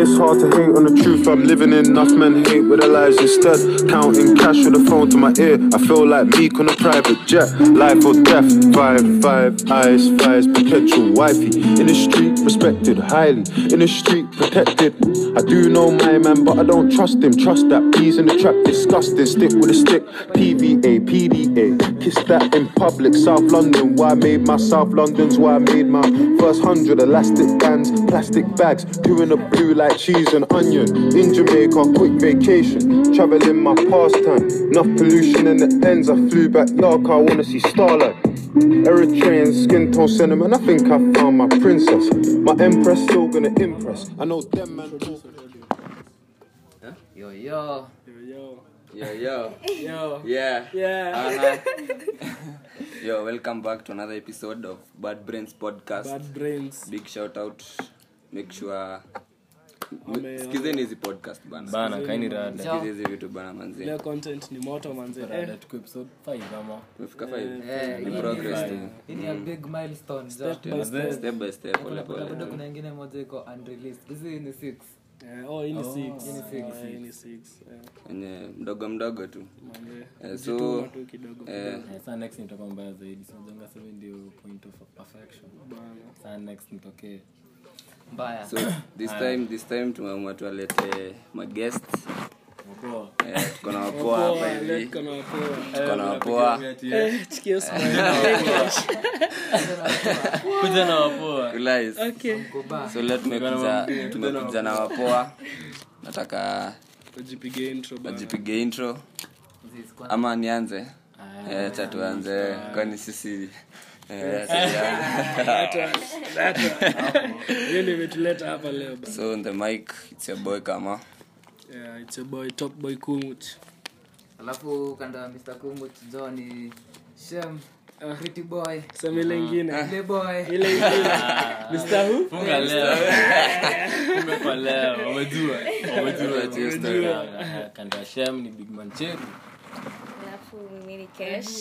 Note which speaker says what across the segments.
Speaker 1: It's hard to hate on the truth I'm living in. Enough men hate with their lives instead. Counting cash with a phone to my ear. I feel like meek on a private jet. Life or death. Five, five, eyes, fires, perpetual wifey. In the street, respected highly. In the street, protected. I do know my man, but I don't trust him. Trust that peas in the trap, disgusting. Stick with a stick. PVA, PDA. Kiss that in public. South London, why I made my South London's why I made my first hundred elastic bands, plastic bags, doing a blue like cheese and onion. In Jamaica, quick vacation, traveling my pastime. Enough pollution in the ends. I flew back York, I wanna see starlight. Eritrean skin tone sentiment. I think I found my princess. My empress still gonna impress. I know them man.
Speaker 2: Huh? Yo yo
Speaker 3: Yo,
Speaker 2: yo yo
Speaker 3: yo,
Speaker 2: yeah.
Speaker 3: yeah.
Speaker 2: Uh-huh. yo, welcome back to another episode of Bad Brains Podcast.
Speaker 3: Bad brains.
Speaker 2: Big shout out. Make sure
Speaker 3: Ame-
Speaker 2: skizeni hizi podcast bana.
Speaker 4: bana kaini rada
Speaker 2: Sikiza hizi vitu bana manzi.
Speaker 3: Leo content ni moto manze.
Speaker 4: rada
Speaker 3: Eh,
Speaker 4: tuko episode 5 ama
Speaker 2: Tumefika five.
Speaker 5: Eh,
Speaker 2: Ni
Speaker 5: hii
Speaker 2: progress
Speaker 5: ni-
Speaker 2: tu.
Speaker 5: hii ni a big milestone za-
Speaker 3: Step by step.
Speaker 2: Step by step pole
Speaker 5: Kuna- kuna- kuna-
Speaker 2: pole.
Speaker 5: kuna ingine moja iko unreleased hizi ni six
Speaker 3: Eh, Oh, hii ni six.
Speaker 5: hii ni six.
Speaker 3: Oh, hii ni six. Eh,
Speaker 2: Wenye mdogo mdogo tu.
Speaker 3: manze.
Speaker 2: Eh,
Speaker 3: Tuma
Speaker 2: so
Speaker 3: tu kidogo.
Speaker 2: eh
Speaker 4: Eh, saa next nitoka mbaya zaidi sinajonga seven ndio point of perfection
Speaker 3: Bana.
Speaker 4: saa next nitokee
Speaker 5: mbaya
Speaker 2: so this time this time tumeamua tuwalete magest.
Speaker 4: wapoa
Speaker 2: Eh, tuko na wapoa hapa
Speaker 3: Poa, leo
Speaker 2: hivi.
Speaker 3: tuko na wapoa.
Speaker 2: Tuko na wapoa.
Speaker 3: Eh, tukiwa smile.
Speaker 4: kuja na wapoa
Speaker 2: Realize.
Speaker 3: Okay.
Speaker 5: Kuba.
Speaker 2: so leo tumekuja tumekuja na wapoa nataka
Speaker 3: Wajipige intro bana.
Speaker 2: wajipige intro
Speaker 5: This one.
Speaker 2: ama nianze
Speaker 4: Ah.
Speaker 2: Eh, cha tuanze kwani sisi eh, sisi-
Speaker 3: Hiyo ndio imetuleta hapa leo bana.
Speaker 2: so on the mic it's your boy kama
Speaker 3: Yeah, it's your boy, top boy Kumuch.
Speaker 5: alafu kando ya mr kumbuch jo ni shem pretty boy
Speaker 3: Sema
Speaker 2: Ah.
Speaker 3: ile ingine.
Speaker 5: Play boy
Speaker 3: Ile ingine. Mr. Who?
Speaker 4: funga leo umekwa leo wamejua wamejua
Speaker 2: Wamejua. Wamejua.
Speaker 4: Ah, kando ya shem ni big man cheru
Speaker 6: alafu mimi ni cash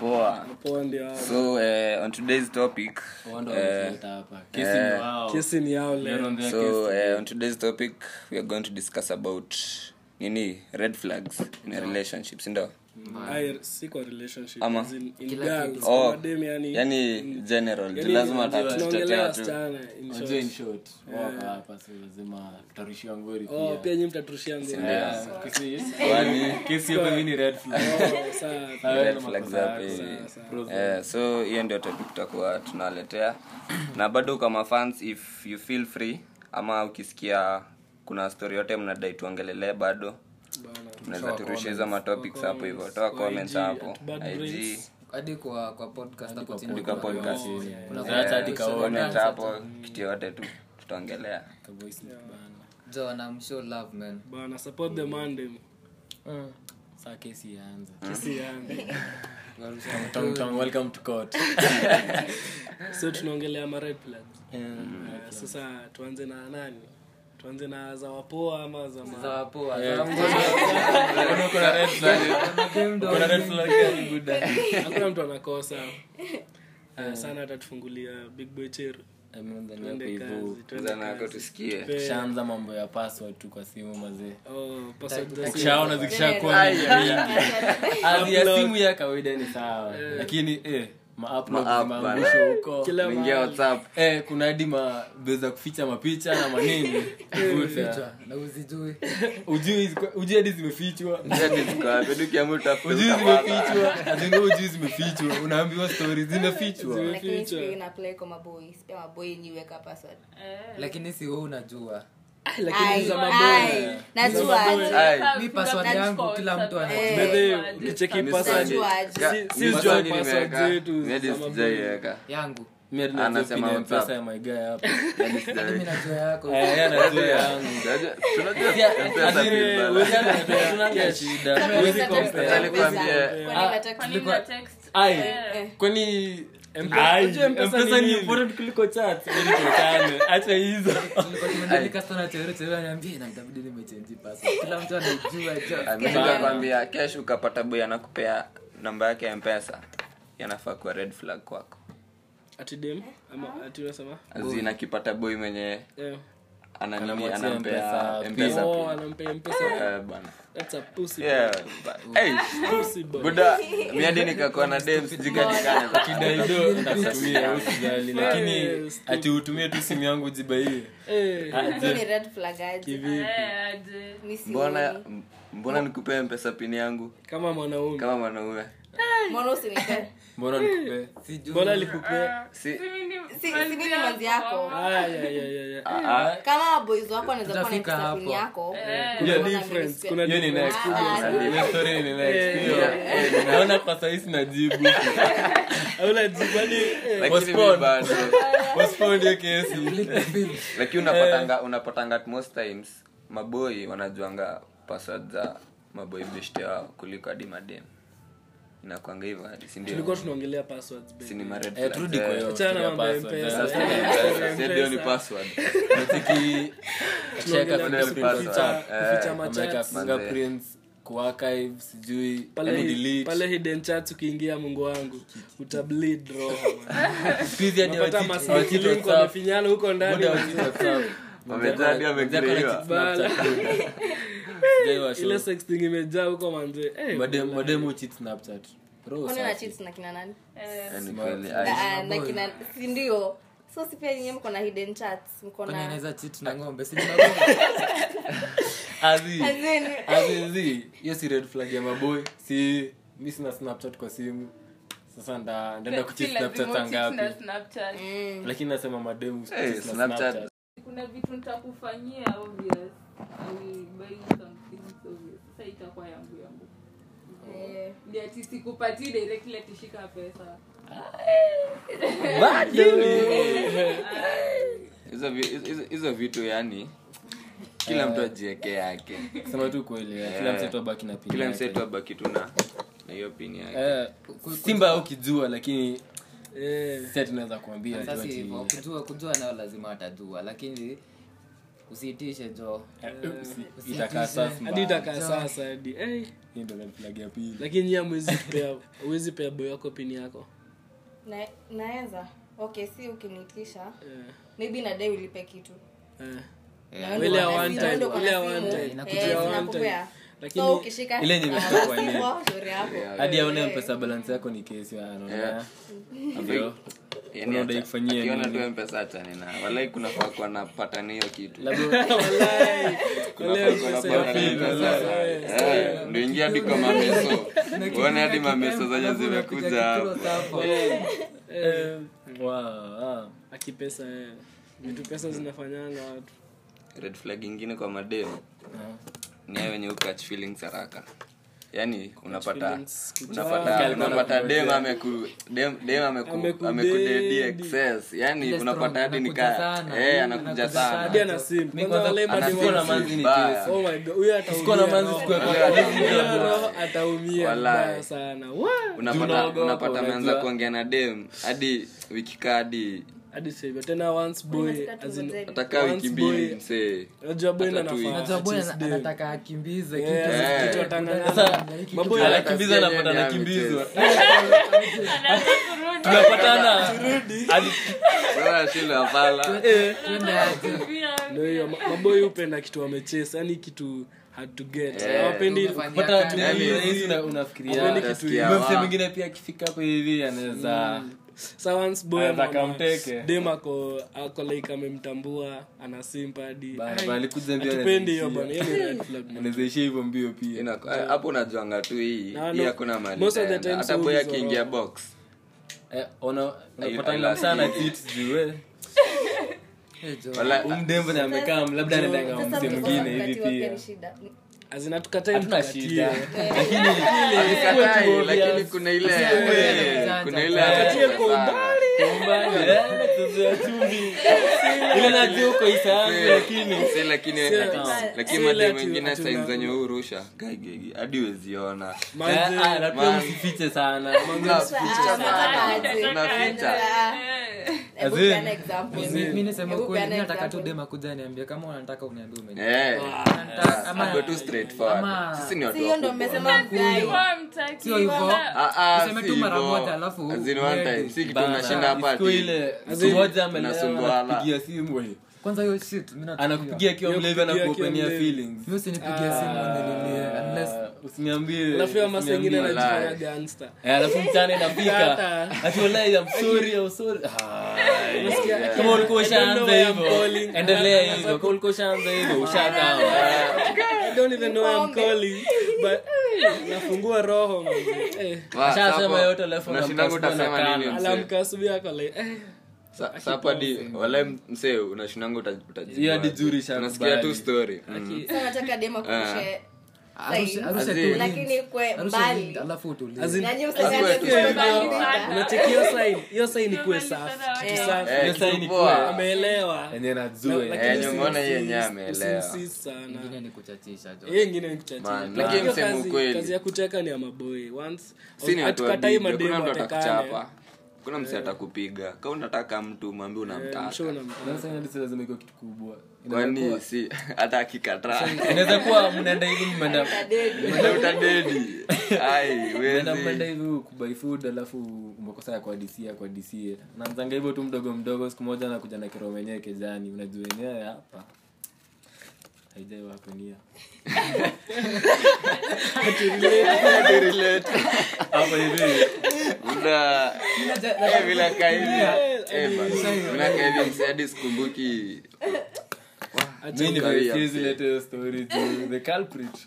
Speaker 2: poa
Speaker 3: Poa ndio hao.
Speaker 2: so eh, on today's topic
Speaker 4: wando
Speaker 2: eh,
Speaker 4: wameleta hapa kesi ni wao
Speaker 3: Kesi ni yao leo.
Speaker 4: Wanaongea kesi.
Speaker 2: so eh, on today's topic we are going to discuss about nini red flags in a relationship sindo
Speaker 3: Ai, si kwa relationship.
Speaker 2: Ama.
Speaker 3: As in- in
Speaker 5: Kila
Speaker 3: girls,
Speaker 5: kitu.
Speaker 3: kwa
Speaker 2: Oh,
Speaker 3: madem yani-
Speaker 2: yani general
Speaker 3: yani
Speaker 2: lazima
Speaker 3: tunaongelea
Speaker 2: tatutetea tu
Speaker 3: wasichana, in short.
Speaker 4: Unajua in short wako hapa so lazima tutarushiwa ngori
Speaker 3: Oh,
Speaker 4: pia
Speaker 3: pia nyi mtaturushia nguo.
Speaker 4: Yeah, kesi-
Speaker 2: Kwani-
Speaker 4: kesi yako mimi ni red flag
Speaker 3: Oh, sawa.
Speaker 2: Red flags hapa hivi.
Speaker 4: Bros.
Speaker 2: Eh, so hiyo ndio topic tutakuwa tunaletea na bado kama fans if you feel free ama ukisikia kuna story yote mnadai tuongelelee bado
Speaker 3: Bana.
Speaker 2: mnaweza turushia hizo matopics hapo hivyo toa comments hapo IG
Speaker 5: hadi kwa kwa podcast hapo chini
Speaker 2: andika
Speaker 5: kuna-
Speaker 2: podcast
Speaker 5: kuna-
Speaker 4: Yeah. Acha hadi kaone.
Speaker 2: comment hapo kitu yote tu tutaongelea
Speaker 4: Ka voice note bana.
Speaker 5: jo na mshow love man
Speaker 3: Bana, support the mandem.
Speaker 4: Sasa kesi ianze.
Speaker 3: Kesi yangu.
Speaker 4: Tong tong, welcome to court.
Speaker 3: so tunaongelea ma red flags. Eh, sasa tuanze na nani tuanze na za wapoa ama za ma-
Speaker 5: za wapoa
Speaker 4: Yeah.
Speaker 5: za mbono
Speaker 4: Kuna- kuna red flag. Kuna red flag gani buda?
Speaker 3: hakuna mtu anakosa Eh, sana atatufungulia big boy cheru
Speaker 4: Mimi nadhani hapo
Speaker 3: Tuende
Speaker 4: hivyo.
Speaker 3: kazi, tuende
Speaker 2: zana yako
Speaker 3: kazi.
Speaker 2: tusikie
Speaker 3: Tupe-
Speaker 4: Shaanza mambo ya password tu kwa simu mazee.
Speaker 3: Oh, password the same.
Speaker 4: Ukishaona zikishakuwa mingi mingi. Hadi ya simu ya kawaida ni sawa. Lakini eh ma-upload
Speaker 2: Ma-up,
Speaker 4: zimeangushwa huko.
Speaker 3: Kila
Speaker 2: ingia whatsapp
Speaker 4: Eh, kuna hadi ma beweza kuficha mapicha na manini Kuficha.
Speaker 5: na uzijui
Speaker 4: Ujui ujui hadi zimefichwa.
Speaker 2: Njia disco hapo dukiamua tutafuta
Speaker 4: ujui zimefichwa azinga ujui zimefichwa unaambiwa stori zimefichwa
Speaker 6: lakini siku hiyo inaplay kwa maboi pia maboi nyiweka password
Speaker 5: lakini si wewe unajua
Speaker 6: Ai, ai, najua aje.
Speaker 2: Ai,
Speaker 5: mi password
Speaker 7: That's
Speaker 5: yangu
Speaker 7: for-
Speaker 5: kila mtu ana
Speaker 6: Eh,
Speaker 3: Bedhe, ukicheki password,
Speaker 6: Najua aje.
Speaker 3: si- si
Speaker 2: Mimi
Speaker 3: ujua
Speaker 2: sasa
Speaker 3: password
Speaker 2: nimeweka.
Speaker 3: zetu
Speaker 2: Mimi hadi
Speaker 3: za
Speaker 2: sijaiweka.
Speaker 5: yangu
Speaker 2: Anasema WhatsApp.
Speaker 4: pesa ya maigaa hapa
Speaker 2: Mimi hadi sijaiweka.
Speaker 5: mimi najua yako
Speaker 4: Eh, yeye anajua yangu
Speaker 2: Unajua- tunajua M-Pesa
Speaker 4: Lakini,
Speaker 2: pia bala.
Speaker 4: huwezi anajua, tunanga shida huwezi compare. Ai, kwani
Speaker 3: Unajua M-Pesa ni
Speaker 4: mpesa ni
Speaker 3: nini?
Speaker 4: important kuliko chat Ili tuachane. acha hizo
Speaker 2: Ah, Amesha kwambia kesho ukapata boy anakupea namba yake ya mpesa yanafaa kuwa red flag kwako
Speaker 3: atidem ama ati unasema
Speaker 2: azina akipata boy mwenye
Speaker 3: Eh.
Speaker 2: ana nini
Speaker 4: Anampatia
Speaker 2: anampea
Speaker 4: M-Pesa
Speaker 2: mpesa
Speaker 3: Oh,
Speaker 2: pin.
Speaker 3: anampea mpesa
Speaker 2: Eh, bana
Speaker 3: that's a pussy
Speaker 2: Yeah,
Speaker 3: boy.
Speaker 2: but- hey,
Speaker 3: Pussy boy.
Speaker 2: buda mi hadi nikakuwa na dem sijukanikana
Speaker 4: kidaido nitakutumia usijali lakini
Speaker 3: Yes.
Speaker 4: ati utumie tu simu yangu jibaie
Speaker 3: Eh,
Speaker 6: hizo ni red flag aje mi
Speaker 2: mbona
Speaker 6: sioni
Speaker 2: mbona nikupee mpesa pini yangu
Speaker 3: kama mwanaume
Speaker 2: kama mwanaume
Speaker 6: mbona usinipe
Speaker 4: mbona nikupe
Speaker 3: mbona alikupea
Speaker 2: si
Speaker 6: Si- si mimi ni manzi yako
Speaker 3: Aya, ya, ya, ya.
Speaker 2: ah,
Speaker 6: kama boys wako wanaweza kuwa na
Speaker 5: Tutafika
Speaker 6: pesa pini
Speaker 5: hapo.
Speaker 6: yako
Speaker 3: kuna
Speaker 6: mbona
Speaker 3: difference
Speaker 6: mimi
Speaker 3: kuna
Speaker 4: hiyo ni
Speaker 3: difference
Speaker 4: next
Speaker 6: Ah,
Speaker 4: Hiyo story ni next. Hiyo. naona kwa saisi najibu
Speaker 3: Hauna jibu, yaani, eh,
Speaker 2: lakini mi
Speaker 4: Postpone.
Speaker 2: bado
Speaker 4: postpone hiyo kesi
Speaker 2: lakini unapatanga unapatanga at most times maboi wanajuanga password za maboi beshte wao kuliko hadi madem inakwanga hivyo hadi
Speaker 3: tulikuwa
Speaker 2: sindio
Speaker 3: tunaongelea passwords babe.
Speaker 4: Eh, turudi kwa hiyo
Speaker 3: Achana na
Speaker 4: story ya
Speaker 3: mambo ya
Speaker 4: password.
Speaker 2: Eh,
Speaker 3: M-Pesa.
Speaker 4: Sasa
Speaker 2: sindio ni
Speaker 3: Pesa.
Speaker 2: password
Speaker 4: tiki- cheka
Speaker 3: Tunaongelea
Speaker 4: fingerprint
Speaker 2: password.
Speaker 4: picha,
Speaker 2: eh, Eh,
Speaker 3: kuficha
Speaker 4: ameweka
Speaker 3: machats
Speaker 4: fingerprints, kuarchive, sijui,
Speaker 3: pale,
Speaker 4: yani delete.
Speaker 3: pale hidden chats ukiingia mungu wangu utableed roho man.
Speaker 4: Siku hizi hadi
Speaker 3: Unapata
Speaker 4: hawachiti-
Speaker 3: masaa
Speaker 4: hawachiti
Speaker 3: link
Speaker 4: WhatsApp.
Speaker 3: wamefinyana huko ndani
Speaker 4: Muda hawachiti WhatsApp.
Speaker 2: Wamejaa hadi wamegrayiwa.
Speaker 4: Wamejaa kwa hadi Snapchat. Sijai wa show.
Speaker 3: ile sexting imejaa huko manze Eh,
Speaker 4: Madem- mademu cheat Snapchat. Roho
Speaker 6: mbona na
Speaker 4: safi.
Speaker 6: cheats na kina nani
Speaker 7: Eh,
Speaker 2: Yaani kweli, ai.
Speaker 6: Na- na kina si ndio so si pia nyinyi mko na hidden chats mko
Speaker 5: Kwani
Speaker 6: na
Speaker 5: anaweza cheat na ng'ombe si ni magombe?
Speaker 4: Azi.
Speaker 6: And then-
Speaker 4: Azi, zi. hiyo si red flag ya maboy si mi sina snapchat kwa simu sasa nda- ndaenda kuchit Ah, snapchat angapi
Speaker 8: Mm.
Speaker 4: lakini nasema mademu
Speaker 2: Eh,
Speaker 4: kuchit na
Speaker 2: Snapchat.
Speaker 4: Snapchat.
Speaker 7: kuna vitu nitakufanyia obvious I will buy you something so obvious. sasa itakuwa yangu yangu
Speaker 6: Eh,
Speaker 7: Ni ati sikupatii directly atishika pesa
Speaker 4: Ah,
Speaker 2: Hizo vi- hizo- hizo vitu yani kila
Speaker 4: Eh.
Speaker 2: mtu ajieke yake
Speaker 4: sema tu kweli eh, kila
Speaker 2: Eh.
Speaker 4: msetu abaki na pini
Speaker 2: kila
Speaker 4: yake.
Speaker 2: msetu abaki tu na na hiyo pini yake
Speaker 4: Eh, simba au kijua lakini
Speaker 3: eh,
Speaker 4: set naweza kuambia
Speaker 5: Sasa hivyo, kujua kujua nao lazima watajua lakini usiitishe jo
Speaker 4: Eh, itakaa
Speaker 3: hadi
Speaker 4: sasa
Speaker 3: itakaa sasa hadi Eh,
Speaker 4: hii ndio red flag ya pili
Speaker 3: lakini nyie hamwezi kupea huwezi pea boy wako pini yako
Speaker 6: na- naweza okay si ukinitisha
Speaker 3: Eh,
Speaker 6: maybe nadai ulipe kitu
Speaker 3: eh.
Speaker 6: Na wewe
Speaker 3: Ile
Speaker 6: ndio
Speaker 3: ya
Speaker 6: uko na
Speaker 3: one
Speaker 6: simu,
Speaker 3: time,
Speaker 6: wewe Yaani ndio uko na
Speaker 3: ile ya
Speaker 6: simu.
Speaker 3: one time,
Speaker 6: Eh,
Speaker 3: inakuja ya one
Speaker 6: zinakupea.
Speaker 3: time. Lakini
Speaker 6: So ukishika-
Speaker 4: ile yenye imetoka kwa eneo.
Speaker 6: Ah, shauri yako.
Speaker 4: hadi aone mpesa balance yako ni kesi anaona
Speaker 2: Yeah.
Speaker 4: ndio
Speaker 2: Yaani
Speaker 4: Unaenda
Speaker 2: acha-
Speaker 4: ifanyie
Speaker 2: akiona
Speaker 4: nini?
Speaker 2: tu M-Pesa achane na walai kunafaa kuwa na patani hiyo kitu
Speaker 3: Walai,
Speaker 2: Kunafaa
Speaker 3: walai,
Speaker 2: kuwa na
Speaker 3: pesa
Speaker 2: patani
Speaker 3: ya
Speaker 2: hiyo
Speaker 3: pili,
Speaker 2: pesa.
Speaker 3: sasa, eh.
Speaker 2: Eh, ndio ingia hadi kwa mameso uone hadi mameso zenye zimekuja hapo
Speaker 3: Eh,
Speaker 4: Wow,
Speaker 3: akipesa eh. vitu pesa zinafanyanga watu
Speaker 2: red flag ingine kwa madeo
Speaker 4: ah.
Speaker 2: ni yeye wenye ukach feelings haraka yaani unapata
Speaker 3: feelings, kuchua.
Speaker 2: unapata unapata dem ameku dem dem ameku
Speaker 3: Amekudedi.
Speaker 2: amekudedi excess yani
Speaker 5: Ile
Speaker 2: unapata
Speaker 5: strong,
Speaker 2: hadi
Speaker 5: anakuja
Speaker 2: nika
Speaker 5: sana.
Speaker 2: eh anakuja
Speaker 5: Anakuja
Speaker 3: hadi
Speaker 2: sana
Speaker 5: sana.
Speaker 3: ana simu
Speaker 4: Mi
Speaker 3: kwanza wale
Speaker 4: kwanza
Speaker 3: madem
Speaker 4: anasikuwa na
Speaker 2: wana
Speaker 4: manzi ni
Speaker 2: baya.
Speaker 4: kesi.
Speaker 3: Oh my God, huyo
Speaker 4: Sikuwa na
Speaker 3: ataumia
Speaker 4: manzi
Speaker 3: roho.
Speaker 4: siku ya kwanza.
Speaker 3: Huyo roho ataumia
Speaker 2: Walai.
Speaker 3: mbaya sana Wa!
Speaker 2: unapata
Speaker 4: Junaogopa,
Speaker 2: unapata ameanza
Speaker 4: unajua.
Speaker 2: kuongea na dem hadi wiki kaa hadi
Speaker 3: hadi sasa hivyo. tena once boy
Speaker 6: Unataka
Speaker 3: as in-
Speaker 6: tuzungumze.
Speaker 2: atakaa wiki
Speaker 3: Once
Speaker 2: mbili
Speaker 3: boy-
Speaker 2: msee
Speaker 3: unajua boy ndo
Speaker 2: Hata tu-
Speaker 3: anafaa
Speaker 5: Unajua bwana
Speaker 3: achase dem.
Speaker 5: anataka akimbize kitu.
Speaker 3: Eh,
Speaker 2: Eh.
Speaker 3: kitu
Speaker 4: Sasa,
Speaker 3: atangangana maboy
Speaker 2: Hata
Speaker 4: Anakimbiza,
Speaker 2: si
Speaker 4: anapata
Speaker 2: yeye
Speaker 4: anakimbizwa.
Speaker 7: Anaanza kurudi.
Speaker 4: tunapatana Hadi-
Speaker 2: Sasa shule hapala
Speaker 3: Eh.
Speaker 5: Twende aje.
Speaker 3: ndo hiyo ma- maboy hupenda kitu wamechase yani kitu hard to get
Speaker 2: Eh.
Speaker 8: Yaani,
Speaker 3: hawapendi
Speaker 5: Umefanyia
Speaker 4: pata
Speaker 5: kazi.
Speaker 4: tu
Speaker 2: Yani,
Speaker 4: hiyo rahisi una- unafikiria
Speaker 2: Hapendi kitu Utasikia hiyo.
Speaker 4: Mse
Speaker 2: wa-
Speaker 4: mwingine pia akifika hapo hivi anaweza
Speaker 3: Sa once boy
Speaker 4: Anaweza
Speaker 3: ama-
Speaker 4: akamteke.
Speaker 3: dem ako ako like amemtambua anasimpa hadi
Speaker 4: Bana,
Speaker 3: Ai,
Speaker 4: bana, alikuja mbio
Speaker 3: hatupendi hiyo
Speaker 4: ananisikia.
Speaker 3: bwana Yaani- hiyo ni red flag man.
Speaker 4: anaweza ishia hivyo mbio pia
Speaker 2: Ina- eh, hapo unajuanga tu hii
Speaker 3: Na
Speaker 2: hii
Speaker 3: no-
Speaker 2: hakuna mali
Speaker 3: most of the
Speaker 2: itaenda.
Speaker 3: times
Speaker 2: hata boy
Speaker 3: huyu ni
Speaker 2: akiingia
Speaker 3: zorora.
Speaker 2: box
Speaker 4: Eh, ona-
Speaker 2: I
Speaker 4: unapatana
Speaker 2: love
Speaker 4: sana
Speaker 2: you.
Speaker 4: cheat juu we.
Speaker 5: Eh, jo.
Speaker 2: Wala-
Speaker 4: Umdembo na amekaa labda anaendanga kwa
Speaker 6: Sasa
Speaker 4: mse
Speaker 6: mtoto
Speaker 4: mwingine
Speaker 6: wangu
Speaker 4: hivi
Speaker 6: kati wake
Speaker 4: pia
Speaker 6: ni shida.
Speaker 3: azina tukatai
Speaker 4: hatuna
Speaker 3: mtukatie
Speaker 4: shida lakini
Speaker 2: Katai,
Speaker 4: Lakini-
Speaker 2: lakini kuna ile
Speaker 5: Asiye-
Speaker 2: kuna ile
Speaker 4: Asiye-
Speaker 2: Sasa,
Speaker 4: Mbali, eh, tuzo ya chumvi. Ile najua uko isaangu, lakini-
Speaker 2: si lakini
Speaker 3: Sio-
Speaker 2: lakini
Speaker 3: sio
Speaker 2: madem
Speaker 3: ati-
Speaker 2: wengine
Speaker 3: ati
Speaker 2: sign
Speaker 3: una-
Speaker 2: zenye huu rusha gaigegi hadi weziona
Speaker 3: Manze,
Speaker 4: Eh, ah, na pia
Speaker 2: Man.
Speaker 4: msifiche sana
Speaker 2: Unaficha
Speaker 6: Ah,
Speaker 2: sana.
Speaker 6: nataka aje.
Speaker 2: Unaficha.
Speaker 6: Ah, Hebu
Speaker 4: As in,
Speaker 6: peana example.
Speaker 8: mi nisema
Speaker 6: Hebu
Speaker 8: kweli
Speaker 6: peana
Speaker 8: mi nataka tu
Speaker 6: example.
Speaker 8: dem akuja niambia kama unataka uniambia ume
Speaker 2: Eh,
Speaker 3: Ah.
Speaker 4: ah.
Speaker 8: Nata- ama-
Speaker 2: tuwe tu straightforward.
Speaker 8: ama-
Speaker 2: Sisi ni
Speaker 6: Si
Speaker 2: watu
Speaker 6: hiyo ndo
Speaker 2: wakubwa.
Speaker 6: mmesema mdai.
Speaker 8: Sio hivyo.
Speaker 2: Ah, ah,
Speaker 8: Useme
Speaker 2: si
Speaker 8: tu mara
Speaker 2: hivyo.
Speaker 8: moja, alafu
Speaker 2: As in one
Speaker 8: uende.
Speaker 2: time, si kitu
Speaker 4: Bana,
Speaker 2: unashinda hapa
Speaker 4: siku
Speaker 2: ati-
Speaker 4: ile
Speaker 3: As
Speaker 4: mtu
Speaker 3: in,
Speaker 4: mmoja amelewa,
Speaker 2: unasumbuana.
Speaker 4: anakupigia simu eh.
Speaker 8: kwanza hiyo shit mi nachukia.
Speaker 4: anakupigia akiwa
Speaker 3: Yo,
Speaker 4: mlevi
Speaker 3: kupigia akiwa
Speaker 4: anakuopenia
Speaker 3: mlevi.
Speaker 4: feelings
Speaker 8: mi usinipigie simu unililie unless
Speaker 4: Ah, usiniambie
Speaker 3: nafia masengine
Speaker 4: usiniambie.
Speaker 3: anajifanya gangster
Speaker 4: Eh, alafu mchana inafika
Speaker 3: Kata.
Speaker 4: ati "Wallahi, I'm sorry, I'm sorry." Hai.
Speaker 3: Unasikia?
Speaker 4: Kama ulikuwa
Speaker 3: I don't know
Speaker 4: ushaanza
Speaker 3: why I'm
Speaker 4: hivyo
Speaker 3: calling.
Speaker 4: endelea
Speaker 8: Yaani,
Speaker 4: hivyo Kama ulikuwa ushaanza hivyo ushakama
Speaker 2: Eh.
Speaker 3: I don't even know I'm calling but eh, nafungua roho man. Eh,
Speaker 2: Wa,
Speaker 4: Ashasema
Speaker 2: sapo,
Speaker 4: yote alafu
Speaker 2: unashindangu
Speaker 4: unamtafuta
Speaker 2: utasema
Speaker 4: nakana.
Speaker 2: nini msee?
Speaker 3: alamka asubuhi yako like eh,
Speaker 4: Mm.
Speaker 2: Sa- sapo hadi- wale msee unashindangu uta- utajibua.
Speaker 4: Hiyo hadi jury shakubali.
Speaker 2: Unasikia tu story. Mm.
Speaker 6: Sasa nataka dem akushe.
Speaker 8: arusha- arusha
Speaker 2: As in-
Speaker 8: tu
Speaker 6: Lakini kwe
Speaker 8: arusha
Speaker 6: mbali.
Speaker 8: link, alafu utulie.
Speaker 3: as in-
Speaker 4: Yaani
Speaker 6: Nanyi
Speaker 2: Lazima
Speaker 6: usitake
Speaker 2: tuwe
Speaker 6: kuwe mbali.
Speaker 2: hivyo.
Speaker 3: unacheki hiyo sign hiyo sign ikuwe safi Safi.
Speaker 2: Eh,
Speaker 4: Hiyo sign
Speaker 2: kitu
Speaker 4: ni
Speaker 2: poa.
Speaker 4: poa.
Speaker 3: ameelewa
Speaker 4: enye najua
Speaker 3: Lakini
Speaker 2: Eh,
Speaker 3: usi-
Speaker 2: nimeona yeye
Speaker 3: usi-
Speaker 2: yenyewe ameelewa.
Speaker 3: usiinsist sana
Speaker 8: Ingine ni kuchachisha jo.
Speaker 3: hiyo ingine ni kuchachia.
Speaker 2: Man,
Speaker 3: Hiyo
Speaker 2: lakini msemo
Speaker 3: kazi-
Speaker 2: ukweli.
Speaker 3: kazi ya kuteka ni ya maboi Once-
Speaker 2: Si ni watu
Speaker 3: hatukatai
Speaker 2: wabibi,
Speaker 3: mademu
Speaker 2: hakuna mtu
Speaker 3: watekane.
Speaker 2: atakuchapa kuna msi atakupiga ka unataka mtu mwambie
Speaker 3: Eh, I'm sure
Speaker 2: unamtaka
Speaker 3: unamtaka.
Speaker 4: lazima ikuwa kitu kubwa
Speaker 2: kwani si hata akikataa
Speaker 4: inaweza kuwa mnaenda hivi mmeenda
Speaker 2: Mwenye utadedi Ai,
Speaker 4: mnaenda mnaenda
Speaker 2: wezi.
Speaker 4: hivi kubai food alafu umekosa ya kuadisia kuadisia naanzanga hivyo tu mdogo mdogo siku moja anakuja na kiroma yenyewe kejani unajua enyewe hapa haijaiwapenia
Speaker 2: Hadi relate.
Speaker 4: hapa hivi
Speaker 2: Una- Eh, bila Eh, kaivia vilakaivi msiadi sikumbuki
Speaker 4: mi
Speaker 2: Kawia,
Speaker 4: nimesilete hiyo story juu the culprit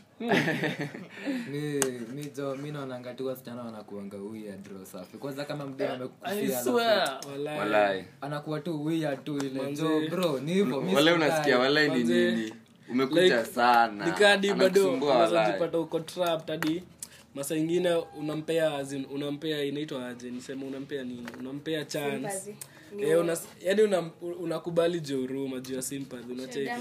Speaker 8: mi mi jo mi naonanga tu wasichana wanakuanga weird roho safi kwanza kama mdem amekukufia
Speaker 4: Eh, I
Speaker 8: alafu
Speaker 4: swear.
Speaker 3: Walai.
Speaker 2: walai
Speaker 8: anakuwa tu weird tu ile
Speaker 3: Manze.
Speaker 8: jo bro ni hivyo mi
Speaker 2: wale
Speaker 8: sikatai.
Speaker 2: unasikia walai ni
Speaker 3: Manze.
Speaker 2: nini umekucha
Speaker 3: Like,
Speaker 2: sana
Speaker 3: nikadi bado
Speaker 2: Anakusumbua walai.
Speaker 3: unazojipata uko trapped hadi masa ingine unampea as in, unampea inaitwa aje niseme unampea nini unampea chance Eh, una, yani unam- unakubali jeuruma juu ya sympathy unacheki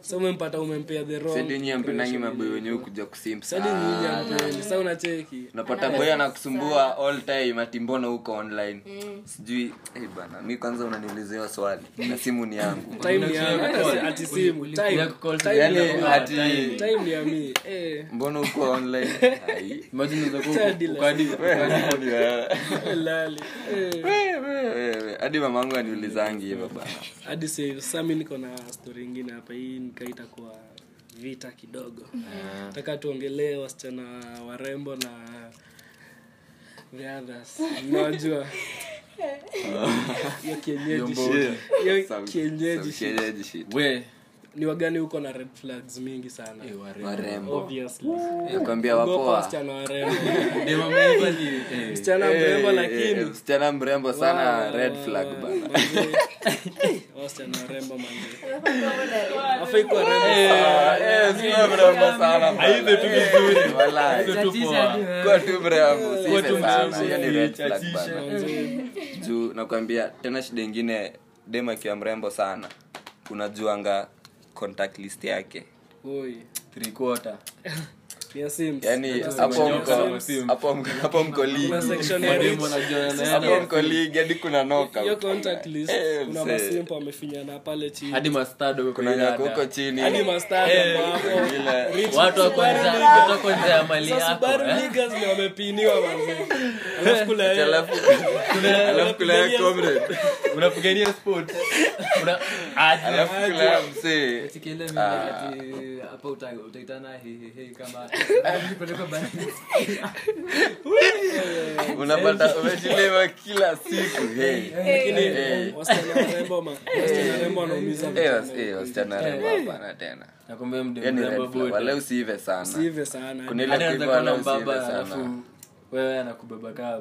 Speaker 3: sa umempata umempea the wrong
Speaker 2: Sadi nyinyi hampendangi
Speaker 3: impression.
Speaker 2: maboy wenye hukuja kusimp
Speaker 3: Sadi
Speaker 2: sana.
Speaker 3: nyinyi hampendi, sa unacheki
Speaker 2: unapata boy anakusumbua all time ati mbona huko online sijui hey bana mi kwanza unaniuliziwa swali na simu ni yangu
Speaker 3: time ni ya- hata si- ati simu time
Speaker 2: yani
Speaker 4: ati
Speaker 2: Yaani ati
Speaker 3: time ni ya mi eh
Speaker 2: mbona huko online Ai.
Speaker 3: lali eh
Speaker 2: Wewe, hadi mamangu aniulizangi hivyo bana
Speaker 3: hadi sa- sa mi niko na stori ingine hapa hii nikaita kwa vita kidogo
Speaker 2: Ah.
Speaker 3: nataka tuongelee wasichana warembo na the others mnajua hiyo kienyeji shit. hiyo
Speaker 2: Some-
Speaker 3: kienyeji
Speaker 2: some
Speaker 3: shit.
Speaker 2: kienyeji shit.
Speaker 4: we
Speaker 3: ni wagani huko na red flags mingi sana
Speaker 2: warembo
Speaker 3: obviously
Speaker 2: nakwambia
Speaker 3: Ogopa
Speaker 2: wapoa
Speaker 3: wasichana warembo
Speaker 4: demamaiva ni
Speaker 3: msichana
Speaker 2: Eh,
Speaker 3: mrembo
Speaker 2: eh,
Speaker 3: lakini Ah,
Speaker 2: eh, msichana mrembo sana red flag bana
Speaker 3: Manze. wasichana warembo manze afai kuwa rembo Eh,
Speaker 2: aive tu
Speaker 4: Eh,
Speaker 2: vizuri
Speaker 8: Chachisha tu, eh.
Speaker 2: kuwa tu mrembo
Speaker 4: Kuwa tu
Speaker 2: sive sana
Speaker 4: mzuri,
Speaker 2: hiyo ni red flag
Speaker 4: chachisha.
Speaker 2: bana juu nakwambia tena shida ingine dem akiwa mrembo sana unajuanga contact list yake
Speaker 3: Oi,
Speaker 4: three quarter
Speaker 3: ni ya Sims.
Speaker 2: yani Yaani, hapo mko hapo mko- hapo mko
Speaker 3: Kuna
Speaker 2: league
Speaker 3: section ya rich.
Speaker 2: hapo mko league hadi kuna knockout.
Speaker 3: hiyo contact list
Speaker 2: Eh,
Speaker 3: kuna
Speaker 2: msee.
Speaker 3: masimpo amefinyana pale chini
Speaker 4: hadi mastadogo
Speaker 2: kuna nyako huko chini
Speaker 3: hadi mastari hapo
Speaker 2: Ile-
Speaker 4: watu wako nje- watu wako nje ya mali yako
Speaker 3: Subaru
Speaker 4: eh.
Speaker 3: niggas ndio wamepiniwa manze alafu kula yeye
Speaker 2: alafu alafu kula ya comrade
Speaker 4: unapigania sport Una- Ah,
Speaker 2: alafu kula ya msee
Speaker 8: Sikile mimi
Speaker 2: Ah.
Speaker 8: ati hapa uta- utaitana hehehe kama Nipelekwe bana.
Speaker 2: unapata umechelewa kila siku hey. Eh.
Speaker 3: lakini wasichana warembo ma- wasichana warembo wanaumiza
Speaker 2: Eh,
Speaker 3: vijana.
Speaker 2: was- eh, wasichana rembo hapana tena
Speaker 4: nakwambia
Speaker 2: Hiyo ni red flag. Wala
Speaker 4: mdembabote
Speaker 2: usiive
Speaker 3: si
Speaker 2: sana
Speaker 3: hivyo sana
Speaker 2: kuna ile
Speaker 4: hadi anaweza
Speaker 2: kuiva,
Speaker 4: kuwa
Speaker 2: wala
Speaker 4: Yaani na
Speaker 2: usiive
Speaker 4: mbaba
Speaker 2: sana
Speaker 4: alafu wewe anakubeba kaa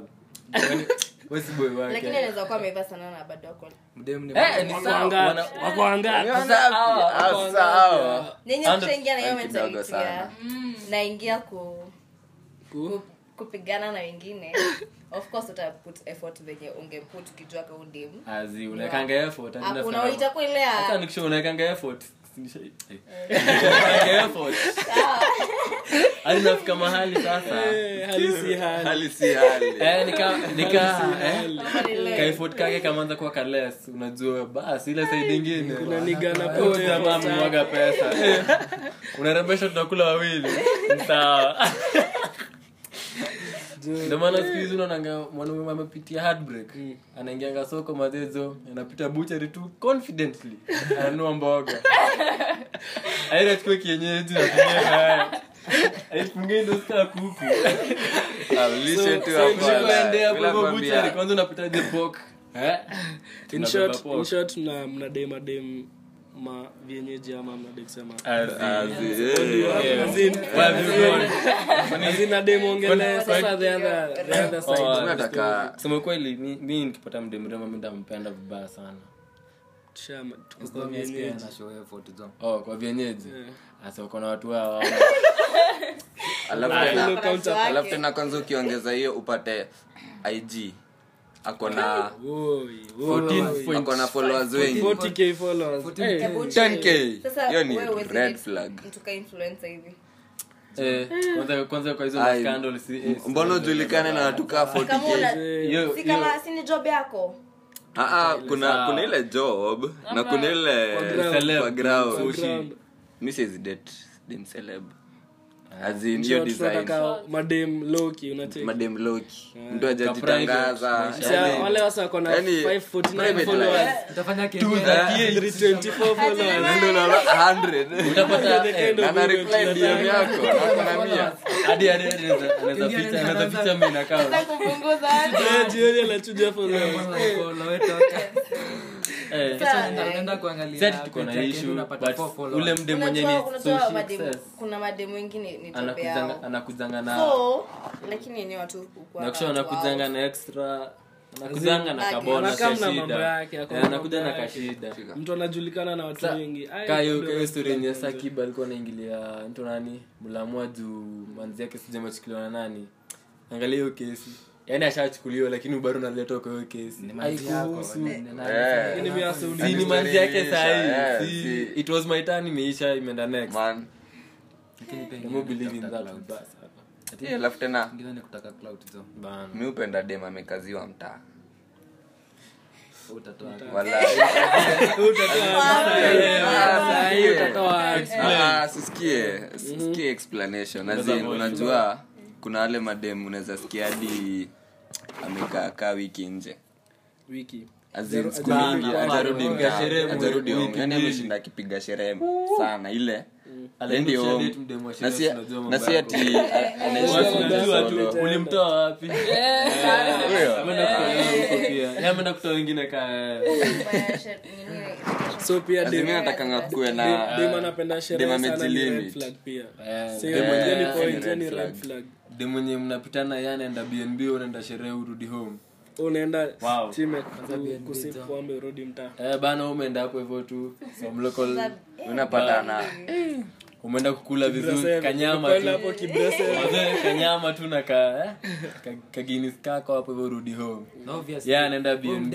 Speaker 4: wesiboi
Speaker 6: lakini
Speaker 4: wake Eh,
Speaker 6: anaweza kuwa ameiva sana na bado ako-
Speaker 8: Mdemu ni
Speaker 4: Yaani
Speaker 3: wakuanga
Speaker 2: Safi, ah, sawa.
Speaker 6: Nyinyi mshaingia na hiyo mentality
Speaker 2: sana.
Speaker 6: ya, naingia ku- ku- kupigana na wengine of course utaput effort venye ungeput ukijua kaundim
Speaker 4: azi unawekanga effort hadi
Speaker 6: hakuna
Speaker 4: nafanya-
Speaker 6: itakuwa ile ya-
Speaker 4: Hata nikisha unawekanga effort Nisha- eh. Nifanye effort.
Speaker 6: Ah,
Speaker 4: Hadi nafika mahali sasa
Speaker 3: Eh, hali si hali.
Speaker 2: hali si hali
Speaker 4: Eh, nika- nika-
Speaker 3: Hali si
Speaker 4: eh,
Speaker 3: hali.
Speaker 4: kaeffort kake kamanza kuwa kales unajua basi ile saidi ingine
Speaker 3: Kuna nigana
Speaker 4: Oh,
Speaker 3: pote
Speaker 4: jamaa
Speaker 3: hapo.
Speaker 4: amemwaga pesa unarembesha tunakula wawili sawa ndio maana siku hizi unaonanga mwanaume amepitia heartbreak
Speaker 3: Hmm.
Speaker 4: anaingianga soko mazezo anapita buchari tu confidently ananua mboga aira chukue kienyeji natumia haya elfu mgeni ndo sikaa kuku
Speaker 2: Lishe tu hapo,
Speaker 4: kuendea
Speaker 2: bila
Speaker 4: hapo
Speaker 2: kuambia.
Speaker 4: buchari kwanza unapitaje bok eh?
Speaker 3: In
Speaker 4: Tunabeba
Speaker 3: short-
Speaker 4: pork.
Speaker 3: in short, mna- mna dem- madem ma vienyeji ama mnadem kusema
Speaker 2: Azi, eh. Mimi nataka
Speaker 4: sema kweli mi- mi nikipata mdemrema mi ntampenda vibaya sana oh, kwa vienyeji asiokona watu wao
Speaker 2: alafu
Speaker 6: Ndio
Speaker 2: tena
Speaker 6: ukurasa wake.
Speaker 2: alafu tena kwanza ukiongeza hiyo upate ig ako na ako na followers wengi
Speaker 3: 40K followers. Eh,
Speaker 6: Hebu check.
Speaker 2: 10k
Speaker 6: Sasa
Speaker 2: hiyo ni
Speaker 6: wewe huwezi
Speaker 2: red
Speaker 6: get
Speaker 2: flag
Speaker 6: mtu ka influencer hivi
Speaker 4: Eh, kwanza- kwanza kwa hizo
Speaker 2: Ai,
Speaker 4: scandal si- eh, si-
Speaker 2: mbona ujulikane na watu kaa
Speaker 6: kama
Speaker 2: 40k
Speaker 6: una
Speaker 4: hiyo-
Speaker 6: si
Speaker 4: hiyo-
Speaker 6: kama si ni job yako
Speaker 2: Ah, ah, kuna kuna ile job na kuna ile
Speaker 4: Celeb.
Speaker 2: kwa ground
Speaker 4: Sushi.
Speaker 2: mi siwezi date dem celeb as in hiyo
Speaker 3: short,
Speaker 2: design
Speaker 3: tunataka madem loki unacheki
Speaker 2: madem loki mtu
Speaker 4: Ka
Speaker 2: ajajitangaza
Speaker 4: private,
Speaker 3: Sasa,
Speaker 2: Yaani,
Speaker 3: wale wasa wako na
Speaker 2: Yaani,
Speaker 3: 549
Speaker 2: private
Speaker 3: followers
Speaker 2: life.
Speaker 8: utafanya
Speaker 4: Tu
Speaker 8: kengele.
Speaker 4: that year.
Speaker 3: 324 followers
Speaker 2: Ndio unaona 100
Speaker 4: Utapata,
Speaker 3: The
Speaker 4: eh,
Speaker 3: kind
Speaker 2: na
Speaker 3: of
Speaker 2: ana
Speaker 3: women
Speaker 2: reply DM
Speaker 3: tunataka.
Speaker 2: yako na kuna mia
Speaker 4: hadi- hadi- hadi anaweza- anaweza
Speaker 8: Ndio,
Speaker 4: ficha-
Speaker 8: ndio,
Speaker 4: anaweza
Speaker 8: ndio.
Speaker 4: ficha mimi na kama.
Speaker 6: kupunguza
Speaker 3: Eh, jioni anachuja followers
Speaker 4: Eh, si ati tuko na issue, but ule mde mwenye ni
Speaker 6: unajua unajua
Speaker 4: sushi
Speaker 6: mademu
Speaker 4: excess,
Speaker 6: kuna mademu wengine ni job
Speaker 4: anakuzanga-
Speaker 6: yao
Speaker 4: anakuzanga na
Speaker 6: so lakini yenyewe watu hukuwa
Speaker 4: na kisha
Speaker 6: watu
Speaker 4: wanakujanga
Speaker 6: wao.
Speaker 4: na extra anakujanga na kabona
Speaker 3: Anakaa mna
Speaker 4: kashida.
Speaker 3: mambo yake, ako
Speaker 4: Eh,
Speaker 3: na
Speaker 4: anakuja
Speaker 3: mambo
Speaker 4: na
Speaker 3: yake.
Speaker 4: kashida
Speaker 3: mtu anajulikana na watu wengi Ai,
Speaker 4: kayo
Speaker 3: bado
Speaker 4: kayo story yenye
Speaker 3: wanajulikana.
Speaker 4: sakiba alikuwa anaingilia mtu nani mlamua juu manzi yake sijamechukuliwa na nani angalia hiyo kesi yaani ashachukuliwa lakini bado naleta kwa hiyo kesi haikuhusu
Speaker 2: Eh.
Speaker 3: Lakini mimi hasa uni-
Speaker 4: Ah, si ni manzi yake
Speaker 2: Yeah,
Speaker 4: sahii si
Speaker 2: si-
Speaker 4: it was my turn imeisha imeenda next
Speaker 2: man
Speaker 4: Don't believe in that vibaya sana.
Speaker 2: Eh, alafu tena
Speaker 4: Bana.
Speaker 2: mi upenda dem amekaziwa mtaa Ah,
Speaker 4: Sasa hiyo utatoa Mhm.
Speaker 2: sisikie sisikie explanation As in, unajua kuna wale madem unaweza sikia hadi amekaa kaa wiki nje
Speaker 3: wiki
Speaker 2: As in, siku
Speaker 4: ajarudi-
Speaker 2: mingi,
Speaker 4: ajarudi-
Speaker 2: ajarudi
Speaker 4: ajarudi-
Speaker 2: mtaa,
Speaker 4: sherehe,
Speaker 2: ajarudi
Speaker 4: wiki
Speaker 2: home. Yaani
Speaker 4: mbili.
Speaker 2: ameshinda akipiga sherehe sana ile
Speaker 4: Alafu
Speaker 2: Endi
Speaker 4: ukisha
Speaker 2: home.
Speaker 4: date mdemu wa
Speaker 2: Na
Speaker 4: sherehe,
Speaker 2: si-
Speaker 4: tunajua mambo
Speaker 2: na si
Speaker 4: yako.
Speaker 2: ati a- anaishi
Speaker 4: Watu
Speaker 2: na
Speaker 4: wanajua tu,
Speaker 2: solo.
Speaker 4: ulimtoa wapi
Speaker 2: Huyo?
Speaker 4: amenda kutoa Yaani wengine eh, kaa
Speaker 6: Financial- nini-
Speaker 3: so pia
Speaker 4: Ah,
Speaker 2: As in, mi
Speaker 3: dem
Speaker 2: natakanga kuwe na
Speaker 3: dem- dem anapenda sherehe
Speaker 2: dem
Speaker 3: sana ni
Speaker 2: amejilimit.
Speaker 3: red flag pia
Speaker 4: Eh,
Speaker 3: Sio,
Speaker 4: dem
Speaker 3: hiyo
Speaker 4: mwenye-
Speaker 3: ni
Speaker 2: eh,
Speaker 3: point,
Speaker 2: ni
Speaker 3: hiyo ni
Speaker 2: red
Speaker 3: red
Speaker 2: flag.
Speaker 3: flag
Speaker 4: dem mwenye mnapitana yaani ye anaenda bnb unaenda sherehe urudi home
Speaker 3: unaenda
Speaker 4: Wow.
Speaker 3: chime kusifuambe urudi mtaa
Speaker 4: eh, bana umeenda hapo hivyo tu some local
Speaker 2: unapata na
Speaker 4: umeenda kukula vizuri
Speaker 3: Sasa,
Speaker 4: kanyama
Speaker 3: ukikwenda
Speaker 4: tu
Speaker 3: hapo Kibrese,
Speaker 4: Wazee, kanyama tu na ka, eh, ka- kagini kako hapo hivyo urudi home ye anaenda bnb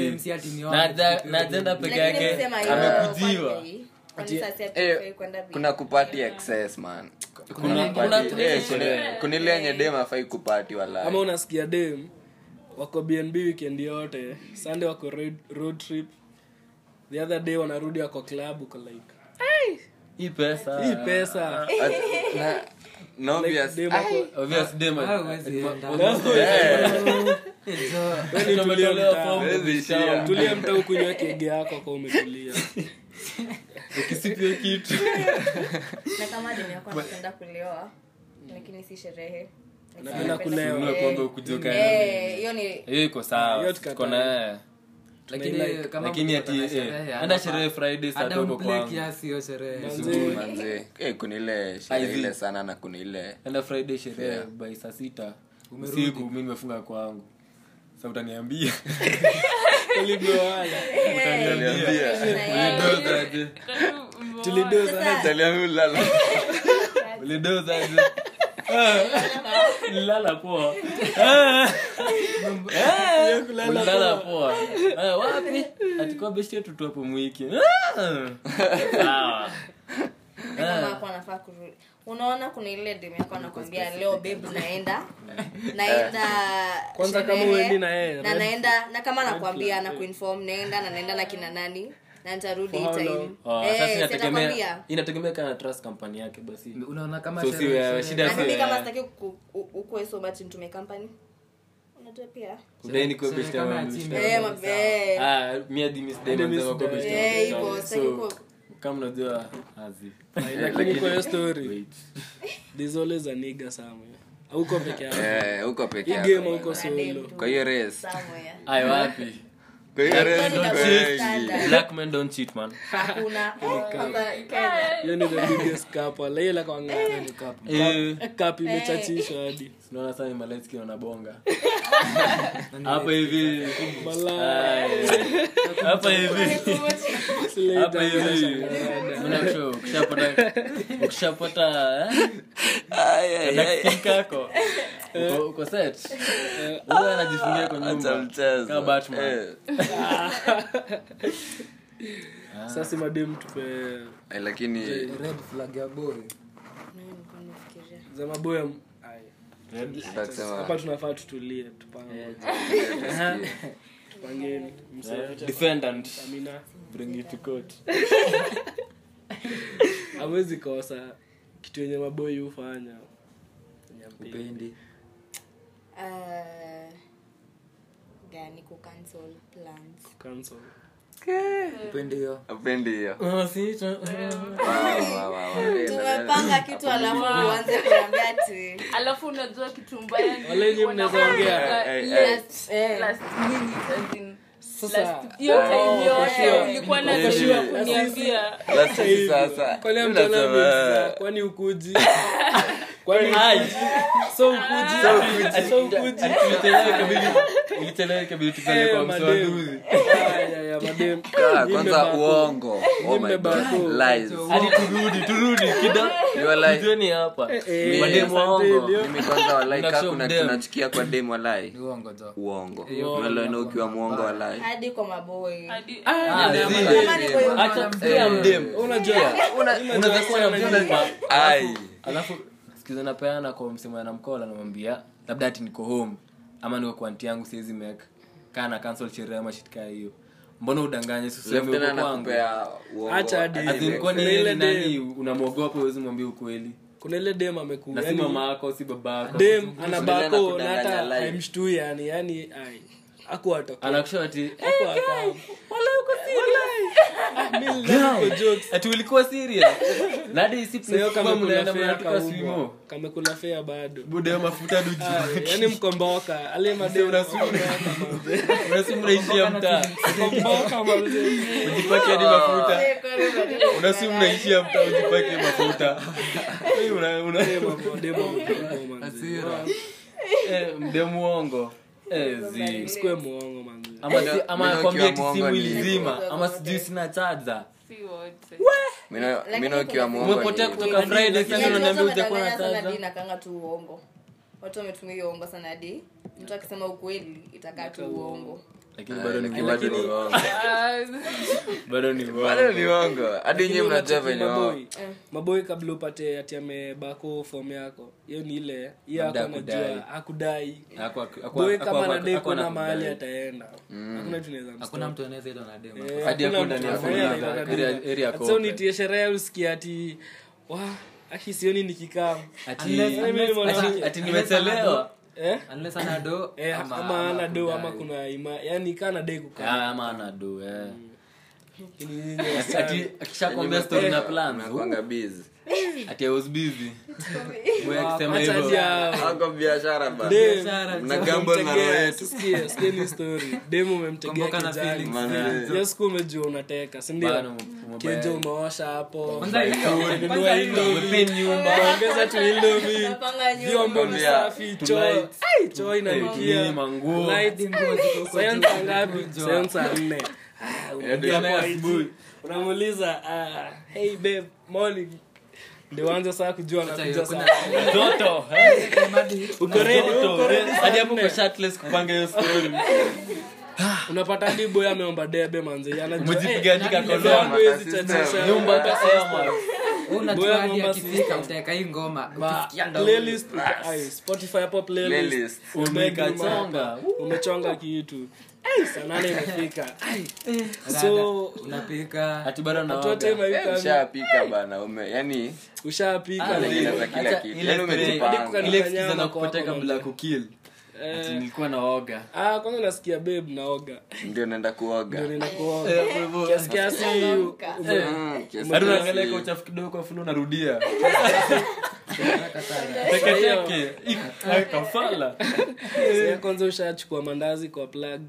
Speaker 4: na ajenda peke
Speaker 6: Lakini
Speaker 4: yake
Speaker 6: msema hiyo,
Speaker 4: amekujiwa eh,
Speaker 6: kwani- kwani sasa ati hufai kwenda bi-
Speaker 2: kuna kupati excess man
Speaker 4: kuna kuna
Speaker 2: Kupati- eh, kuna- kuna ile yenye dem afai kupati wala
Speaker 3: ama unasikia dem wako bnb weekend yote sunday wako road, road trip the other day wanarudi wako club uko like
Speaker 4: hii pesa
Speaker 3: hii pesa
Speaker 4: Ah.
Speaker 2: na, na obvious
Speaker 3: dem wako
Speaker 4: obvious dem
Speaker 3: Tumetolewa
Speaker 4: tumetolewa
Speaker 3: fomu.
Speaker 4: fomu
Speaker 2: Tulia.
Speaker 3: tulia mtaa ukunywa kege yako kwa umetulia
Speaker 4: ukisipie kitu
Speaker 6: na kama demu yako anapenda kulewa lakini si sherehe Lakini
Speaker 3: Anapenda kulewa.
Speaker 4: Ununue pombe ukujoka
Speaker 6: Eh, hiyo ni
Speaker 4: hiyo iko
Speaker 3: Hiyo
Speaker 4: sawa
Speaker 3: tukatae.
Speaker 4: tuko naye lakini ati eh, ana sherehe friday saa dogo kwangu
Speaker 3: Manze,
Speaker 2: manze eh, kuna ile sherehe ile sana na kuna ile
Speaker 4: enda friday sherehe by saa sita usiku mi nimefunga kwangu sa utaniambia
Speaker 3: tulidoana.
Speaker 4: eh, ulidozaje
Speaker 7: Karibu, umeoa.
Speaker 3: Tulidoza.
Speaker 2: Tell you, lala.
Speaker 4: ulidozaje lilala poa lilala poa Eh, wapi atikuwa besti yetu tu hapo mwiki Ah. Sawa.
Speaker 6: kama
Speaker 3: Eh.
Speaker 6: hapo anafaa kurudi unaona kuna ile demu yako anakwambia leo babe naenda naenda
Speaker 3: Kwanza kama
Speaker 6: sherehe,
Speaker 3: huendi na yeye,
Speaker 6: na
Speaker 3: red-
Speaker 6: naenda na kama nakwambia na kuinform naenda na naenda na kina nani na nitarudi hii time
Speaker 4: Oh,
Speaker 6: Eh,
Speaker 4: sasa
Speaker 6: si atakwambia.
Speaker 4: inategemea inategemea kana trust kampani yake basi
Speaker 8: unaona kama
Speaker 4: So si
Speaker 8: sherehe-
Speaker 4: wewe,
Speaker 8: sherehe-
Speaker 4: shida
Speaker 6: na mimi kama
Speaker 4: si
Speaker 6: sitaki ku- u- ukuwe so much into my company unajua pia
Speaker 4: udeni kwa besti
Speaker 8: kama ya
Speaker 4: ama
Speaker 8: team.
Speaker 4: besti
Speaker 6: eh mabe
Speaker 4: ah mimi hadi miss diamond
Speaker 3: Miss
Speaker 4: ama kwa besti
Speaker 6: Diamond. Eh,
Speaker 4: yangu.
Speaker 6: hivyo,
Speaker 4: So,
Speaker 6: sitaki kuwa-
Speaker 4: kama unajua azi
Speaker 3: lakini kwa hiyo story
Speaker 4: wait
Speaker 3: there's always a nigga somewhere auko peke yako
Speaker 2: Eh, huko peke
Speaker 3: hii
Speaker 2: yako.
Speaker 3: game auko
Speaker 6: Kuna dem
Speaker 3: solo
Speaker 6: tu
Speaker 2: Kwa hiyo race.
Speaker 6: somewhere.
Speaker 4: ai wapi
Speaker 2: Kwa hiyo
Speaker 4: Eh,
Speaker 2: race
Speaker 6: Yaani
Speaker 2: tuko
Speaker 6: double
Speaker 2: wengi.
Speaker 6: standard.
Speaker 4: black men don't cheat man
Speaker 6: Hakuna. Kwanza Kenya.
Speaker 3: hiyo ni the biggest cup laila kwangana
Speaker 4: eh
Speaker 3: cup imechachishwa hadi
Speaker 4: naona sana ni malaiki wanabonga hapa hivi Ai. hapa hivi Ah. hapa hivi Unajua, ukishapata ukishapata eh,
Speaker 2: Ai, ai, ai.
Speaker 4: kanakitu kako uko- uko set wewe anajifungia kwa
Speaker 2: Acha
Speaker 4: nyumba
Speaker 2: mchezo.
Speaker 4: Kama Batman.
Speaker 2: Eh,
Speaker 4: Ah.
Speaker 3: sasa madem tupe
Speaker 2: eh, lakini
Speaker 8: red flag ya boy
Speaker 3: za maboya m- Ai.
Speaker 2: tutasema
Speaker 3: hapa tunafaa tutulie tupange tupangeni msa
Speaker 4: defendant
Speaker 3: amina
Speaker 4: bring it to court
Speaker 3: awezi kosa kitu yenye maboi hufanya Yenye ampendi.
Speaker 8: upendi
Speaker 6: Ah, gani kucancel plans
Speaker 3: Cancel.
Speaker 8: upendi hiyo
Speaker 2: apendi hiyo
Speaker 4: oh sita
Speaker 2: Wa, wa, wa, wa. Eh,
Speaker 6: tumepanga kitu alafu uanze kuambia ati
Speaker 7: alafu unajua kitu mbaya ni
Speaker 3: Wale yenye mnaweza
Speaker 7: wanafanya
Speaker 3: ongea.
Speaker 2: Eh, eh.
Speaker 6: last eh,
Speaker 7: last minute, as in,
Speaker 3: Sasa,
Speaker 7: last- hiyo time
Speaker 6: sure.
Speaker 7: yote ulikuwa na
Speaker 4: For
Speaker 7: time ya
Speaker 4: sure.
Speaker 7: kuniambia
Speaker 2: Last sisi sasa.
Speaker 3: kwani
Speaker 2: Mimi
Speaker 3: mtana
Speaker 2: nasema,
Speaker 3: mbiza, kwani ukuji kwani ukuji? so ukuji so ukuji
Speaker 4: Eh, ilitelewa ikabidi tupende
Speaker 3: Eh,
Speaker 4: kwa
Speaker 3: madem.
Speaker 4: mswaduzi
Speaker 3: Ya, ya, ya, madem.
Speaker 2: "Ah,
Speaker 3: Nyimbe
Speaker 2: kwanza
Speaker 3: bako.
Speaker 2: uongo Oh my God.
Speaker 3: bako.
Speaker 2: Lies.
Speaker 4: hadi turudi turudi kida
Speaker 2: You are like-
Speaker 4: Mjeni hapa
Speaker 3: eh,
Speaker 4: mademu waongo
Speaker 3: asante,
Speaker 2: mimi kwanza walai kaa
Speaker 4: Unashow
Speaker 2: kuna
Speaker 4: dem.
Speaker 2: kinachukia kwa dem walai
Speaker 8: ni uongo jo
Speaker 2: uongo unaloena ukiwa mwongo walai
Speaker 6: hadi kwa maboi
Speaker 7: hadi
Speaker 4: Ah.
Speaker 6: kama ni kwa
Speaker 4: acha pia mdemu unajua unaweza kuwa na mdemu kwa-
Speaker 2: ai
Speaker 4: alafu sikiza napeana kwa msemo na mkola namwambia labda ati niko home ama niko kwa anti yangu siwezi meka kaa na cancel sherehe ama shitkaa hiyo mbona udanganye si useme
Speaker 2: Left hand
Speaker 4: uko kwangu
Speaker 2: anakupea uongo.
Speaker 3: Acha hadi
Speaker 2: Ati
Speaker 4: As in,
Speaker 3: hivyo.
Speaker 4: kwani
Speaker 3: Kuna ile
Speaker 4: yeye ni nani unamwogopa uwezi mwambie ukweli
Speaker 3: kuna ile dem amekuu
Speaker 4: na si mama yako si baba yako
Speaker 3: Yaani dem anabako na
Speaker 2: Anakudanganyaa
Speaker 3: hata
Speaker 2: live.
Speaker 3: aimshtui yani yani ai akuata
Speaker 4: anakushauri ati
Speaker 3: Ah, akuakamekula
Speaker 4: ati ulikuwa serious na hadi si
Speaker 3: fea
Speaker 4: mnatuka
Speaker 3: kaumwa
Speaker 4: swimo
Speaker 3: kamekula fea bado
Speaker 4: buda ya mafuta duji
Speaker 3: Ai, yani mkomboka ale madekomboka
Speaker 4: unasi mnaishia mtaa
Speaker 3: mazee
Speaker 4: ujipake hadi mafuta unasi
Speaker 6: unasimu
Speaker 4: mnaishia mtaa ujipake mafuta Wewe una- una-
Speaker 3: Demo, demo, demo, manze.
Speaker 4: Eh, mdemu wongo Eh, zi.
Speaker 3: Usikuwe muongo manze
Speaker 2: Ah,
Speaker 4: ama si-
Speaker 2: Mino-
Speaker 4: ama
Speaker 2: mino
Speaker 4: akwambia
Speaker 2: ukiwa
Speaker 4: ati simu
Speaker 2: mwongo ni-
Speaker 4: ilizima ama sijui sina chaja
Speaker 7: si wote
Speaker 2: Mino- mino ukiwa mwongo
Speaker 4: umepotea
Speaker 2: ni-
Speaker 4: kutoka
Speaker 6: Yaani
Speaker 4: friday sasa unaambia ujakuwa na chaja
Speaker 6: inakanga tu uongo watu wametumia hiyo uongo sana hadi mtu akisema ukweli itakaa tu uongo
Speaker 4: lakini bado ni
Speaker 2: Lakini bado ni uongo.
Speaker 4: bado ni
Speaker 2: Bado ni uongo hadi nyie mnajua venye wao.
Speaker 3: maboi maboi kabla upate ati amebako fom yako hiyo ni ile hiyo
Speaker 4: Labda
Speaker 3: ako najua
Speaker 4: hakudai.
Speaker 3: hakudai
Speaker 4: Ako- ako- ako-
Speaker 3: boi
Speaker 4: ako-
Speaker 3: kama
Speaker 4: ako-
Speaker 3: nadai
Speaker 4: ako
Speaker 3: kuona
Speaker 4: anakudai.
Speaker 3: mahali ataenda
Speaker 2: Mm.
Speaker 3: hakuna tunaweza
Speaker 8: hakuna mtu anaweza itwa na demu
Speaker 3: Eh,
Speaker 4: Hadi hapo ndani ya kuuliza, area- area ya
Speaker 3: mstaaso
Speaker 4: corporate.
Speaker 3: nitie sherehe usikia ati wa aki sioni nikikaa
Speaker 4: Ati-
Speaker 3: Mimi ni mwanamke.
Speaker 4: ati- ati nimechelewa
Speaker 3: eh?
Speaker 8: unless ana do
Speaker 3: Eh,
Speaker 8: ama-
Speaker 3: ama ana do ama
Speaker 8: kudai.
Speaker 3: kuna ima yani kaa nadai kukaa
Speaker 4: Ah, ama anadu eh.
Speaker 3: Lakini-
Speaker 4: Ati- ati akishakwambia story na plans
Speaker 2: Mnakuanga busy.
Speaker 4: ati I was busy Wewe akisema
Speaker 3: Acha
Speaker 4: hivyo. Ah,
Speaker 3: hadi hao.
Speaker 2: Hawako biashara bana.
Speaker 3: Dem,
Speaker 2: Mna gamble na roho yetu.
Speaker 3: Sikia, sikia ni story demu umemtegea
Speaker 8: Kumbuka na
Speaker 3: kijani
Speaker 8: feelings.
Speaker 2: Man,
Speaker 3: hiyo siku umejua unateka
Speaker 4: Bado
Speaker 3: sindio
Speaker 4: ume-
Speaker 3: keja umeosha hapo
Speaker 8: Kwanza hiyo,
Speaker 3: umenunua
Speaker 8: kwanza hiyo.
Speaker 3: indomi umeongeza tu indomi
Speaker 6: napanga
Speaker 3: vyombo ni
Speaker 2: Nakwambia,
Speaker 3: safi choo
Speaker 4: tonight.
Speaker 3: Ai, choo
Speaker 4: Hey,
Speaker 3: inanukia
Speaker 4: manguo.
Speaker 3: Lights. Seansa ngapi Seansa nne
Speaker 2: Yaani,
Speaker 3: unamuuliza ah, hey babe "Ah, morning ndio wanze saa kujua anakuja saa
Speaker 4: mtoto
Speaker 3: uko ready to
Speaker 4: hadi hapo kwa shirtless kupanga hiyo story
Speaker 3: unapata hadi boy ameomba debe manze anajua eh,
Speaker 4: umejipiganika
Speaker 3: level yangu
Speaker 4: koloma
Speaker 3: hizi chachisha.
Speaker 4: nyumba kasema
Speaker 3: Boya
Speaker 8: unatuadi
Speaker 3: ngoma
Speaker 8: akifika utaeka hii ngoma
Speaker 3: Ba-
Speaker 8: Ukisikia ndo-
Speaker 3: playlist uko- ay, Spotify hapo playlist
Speaker 2: Playlist.
Speaker 3: Umeweka
Speaker 4: Umeweka
Speaker 3: hapa.
Speaker 4: chonga.
Speaker 3: umechonga kitu Ay, saa nane imefika Ay. so
Speaker 8: unapika
Speaker 4: ati bado
Speaker 3: atote
Speaker 4: naoga
Speaker 3: maika
Speaker 2: ushapika bana ume yani Ah,
Speaker 3: ushapika
Speaker 2: unaendeleza kila
Speaker 4: Acha
Speaker 2: kitu
Speaker 4: ile
Speaker 2: yani umejipanga
Speaker 3: spray.
Speaker 4: ile kiza
Speaker 3: Nyama kwa
Speaker 4: na kupoteka
Speaker 3: hapo,
Speaker 4: bila
Speaker 3: mambo.
Speaker 4: kukill ati
Speaker 3: Eh,
Speaker 4: nilikuwa naoga
Speaker 3: ah, kwanza nasikia babe naoga
Speaker 2: ndio naenda
Speaker 3: ndio
Speaker 2: kuoga
Speaker 3: ninaenda
Speaker 4: Eh,
Speaker 3: kuoga kiasi kiasi ume-
Speaker 2: Mm, kiasi
Speaker 4: hadi
Speaker 2: kiasi.
Speaker 4: unaangalia kwa uchafu kidogo kwa fulu unarudia teke teke Ik- kafala
Speaker 2: Eh.
Speaker 3: Sasa kwanza ushachukua mandazi kwa plug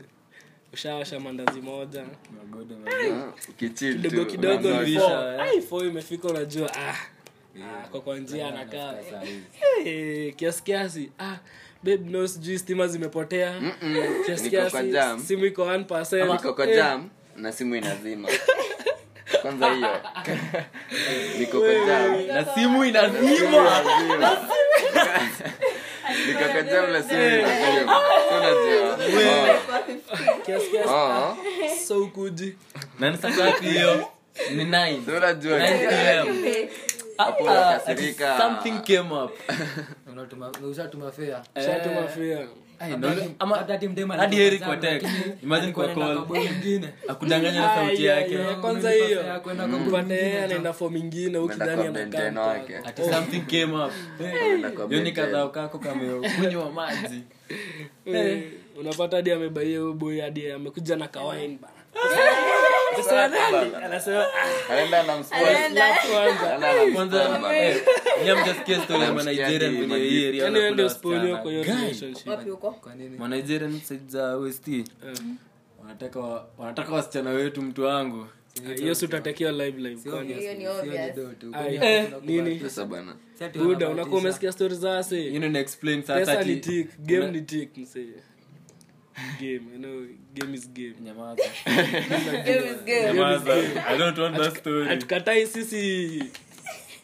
Speaker 3: ushawasha mandazi moja
Speaker 2: Mm, ukichill tu,
Speaker 3: kidogo kidogo
Speaker 2: unaanza
Speaker 3: ni
Speaker 4: Unaanza
Speaker 3: four.
Speaker 4: kuisha, eh.
Speaker 3: Ai, four imefika unajua ah, ah, kwa kwa njia anakaa Eh, kiasi kiasi ah, babe no sijui stima zimepotea kiasi
Speaker 2: Mm. Niko kwa jam.
Speaker 3: kiasi simu iko 1%.
Speaker 2: niko kwa
Speaker 3: Eh,
Speaker 2: jam na simu inazima kwanza hiyo niko kwa jam
Speaker 4: na simu inazimwa
Speaker 2: niko kwa jam na simu
Speaker 4: Eh.
Speaker 2: inazima Si unajua
Speaker 3: kiasi kiasi
Speaker 2: Oh, oh.
Speaker 3: so kuji
Speaker 4: na ni saa ngapi hiyo ni
Speaker 2: Si
Speaker 4: 9
Speaker 2: unajua
Speaker 4: 9 pm
Speaker 2: Hapo unakasirika.
Speaker 4: Ah, something came up
Speaker 8: ushatuma fea
Speaker 3: shatuma
Speaker 2: Eh.
Speaker 3: fia
Speaker 4: ama- hadi heri kwa text. Imagine kwa call.
Speaker 8: mwingine
Speaker 4: akudanganya na
Speaker 3: Ai,
Speaker 4: sauti
Speaker 3: ai,
Speaker 4: yake
Speaker 3: ai, Ah, kwanza
Speaker 8: Umenipa
Speaker 3: hiyo
Speaker 8: fare, kwenda kwa
Speaker 3: mpate yeye anaenda fo mingine
Speaker 2: Umeenda kwa
Speaker 3: ukidhani
Speaker 2: mdenjeno
Speaker 3: anakaa
Speaker 2: wake
Speaker 4: ati something came up
Speaker 2: Umeenda kwa
Speaker 4: yoni
Speaker 2: mdenjeno.
Speaker 4: kadhao kako kamekunywa maji
Speaker 3: Eh, unapata hadi amebaia huyo boy hadi amekuja na kawain bana anasema
Speaker 2: Anaenda anamspoil.
Speaker 3: la kwanza
Speaker 2: Anaenda anamspoil
Speaker 4: kwanza
Speaker 2: bana.
Speaker 4: eh, nyie hamjasikia story ya Manigeria vile hii area
Speaker 3: yani Yaani wewe ndio
Speaker 4: wanakula
Speaker 3: spoil yako
Speaker 4: wasichana.
Speaker 3: yote
Speaker 4: Guy,
Speaker 3: relationship
Speaker 6: wapi huko
Speaker 4: Manigerian side za OST,
Speaker 3: Mm.
Speaker 4: wanataka wa- wanataka wasichana wetu mtu wangu
Speaker 3: hiyo si utatekiwa live live kwani
Speaker 6: hiyo ni obvious
Speaker 3: Ai, eh, nini
Speaker 2: Sasa bana.
Speaker 3: buda unakuwa umesikia story za
Speaker 4: You
Speaker 3: ase
Speaker 4: know, explain sasa
Speaker 3: pesa
Speaker 4: ati-
Speaker 3: ni tik game ni tik msee game you know game is game
Speaker 4: Nyamaza.
Speaker 6: Game is game.
Speaker 4: Nyamaza. I don't want that story.
Speaker 3: hatukatai sisi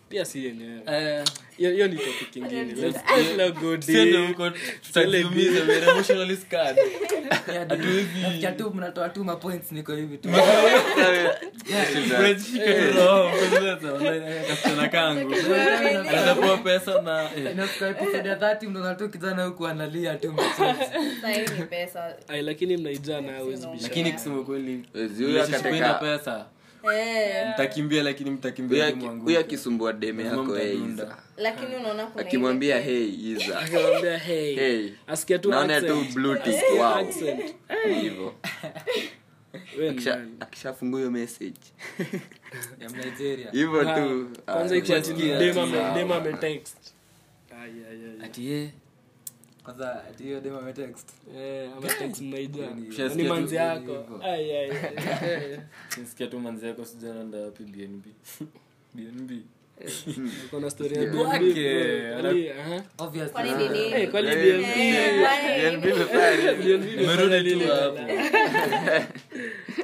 Speaker 3: pia si yenyewe
Speaker 4: Eh,
Speaker 3: hiyo hiyo ni topic ingine let's let's not go
Speaker 4: tusiende
Speaker 3: deep
Speaker 4: huko, tutajiumiza, we are emotionally scarred.
Speaker 8: nafikia tu mnatoa tu mapoints niko hivi tu
Speaker 4: Friends, shika tu roho, sasa, wallahi, kasichana kangu anaweza pewa pesa na eh,
Speaker 8: inafika episode ya 30 mnaona tu kijana huku analia tu
Speaker 6: Sasa hii ni pesa
Speaker 3: ai lakini mnaijana hawezi bisha
Speaker 4: lakini kusema kweli
Speaker 2: Wezi huyo eh, akateka-
Speaker 4: relationship haina pesa
Speaker 6: eh
Speaker 4: mtakimbia lakini
Speaker 2: Huyo
Speaker 4: mtakimbia
Speaker 2: aki- huyo akisumbua deme yako eh, Iza.
Speaker 6: lakini unaona kuna
Speaker 2: akimwambia hey Iza.
Speaker 3: akamwambia hey
Speaker 2: Hey.
Speaker 3: asikia tu
Speaker 2: naona tu
Speaker 3: accent
Speaker 2: blue tick, wow.
Speaker 3: accent
Speaker 2: Hivyo.
Speaker 3: wewe ni
Speaker 2: Akisha-
Speaker 3: nani?
Speaker 2: akishafungua hiyo message
Speaker 8: ya Nigeria
Speaker 2: hivyo
Speaker 3: Ah,
Speaker 2: tu ah,
Speaker 3: kwanza iko ati
Speaker 4: Ushasikia?
Speaker 3: dema ame- dema ametext Ai, ai, ai, ai.
Speaker 8: ati ye kwanza ati hiyo demo ame text
Speaker 3: Eh, ametext mnaijua.
Speaker 4: Ushasikia
Speaker 3: ni
Speaker 4: tu-
Speaker 3: manzi yako Ai, ai, ai.
Speaker 4: nisikia tu manzi yako sijananda wapi bnb bnb
Speaker 3: Uko na story ya BNB,
Speaker 4: Wake.
Speaker 3: bro. Ali, aha.
Speaker 8: obvious
Speaker 6: Kwani ni nini?
Speaker 3: Eh, kwani
Speaker 2: Eh,
Speaker 3: BNB?
Speaker 6: Eh, why?
Speaker 2: BNB imefanya nini?
Speaker 3: BNB imefanya
Speaker 4: tu
Speaker 3: nini?
Speaker 4: hapo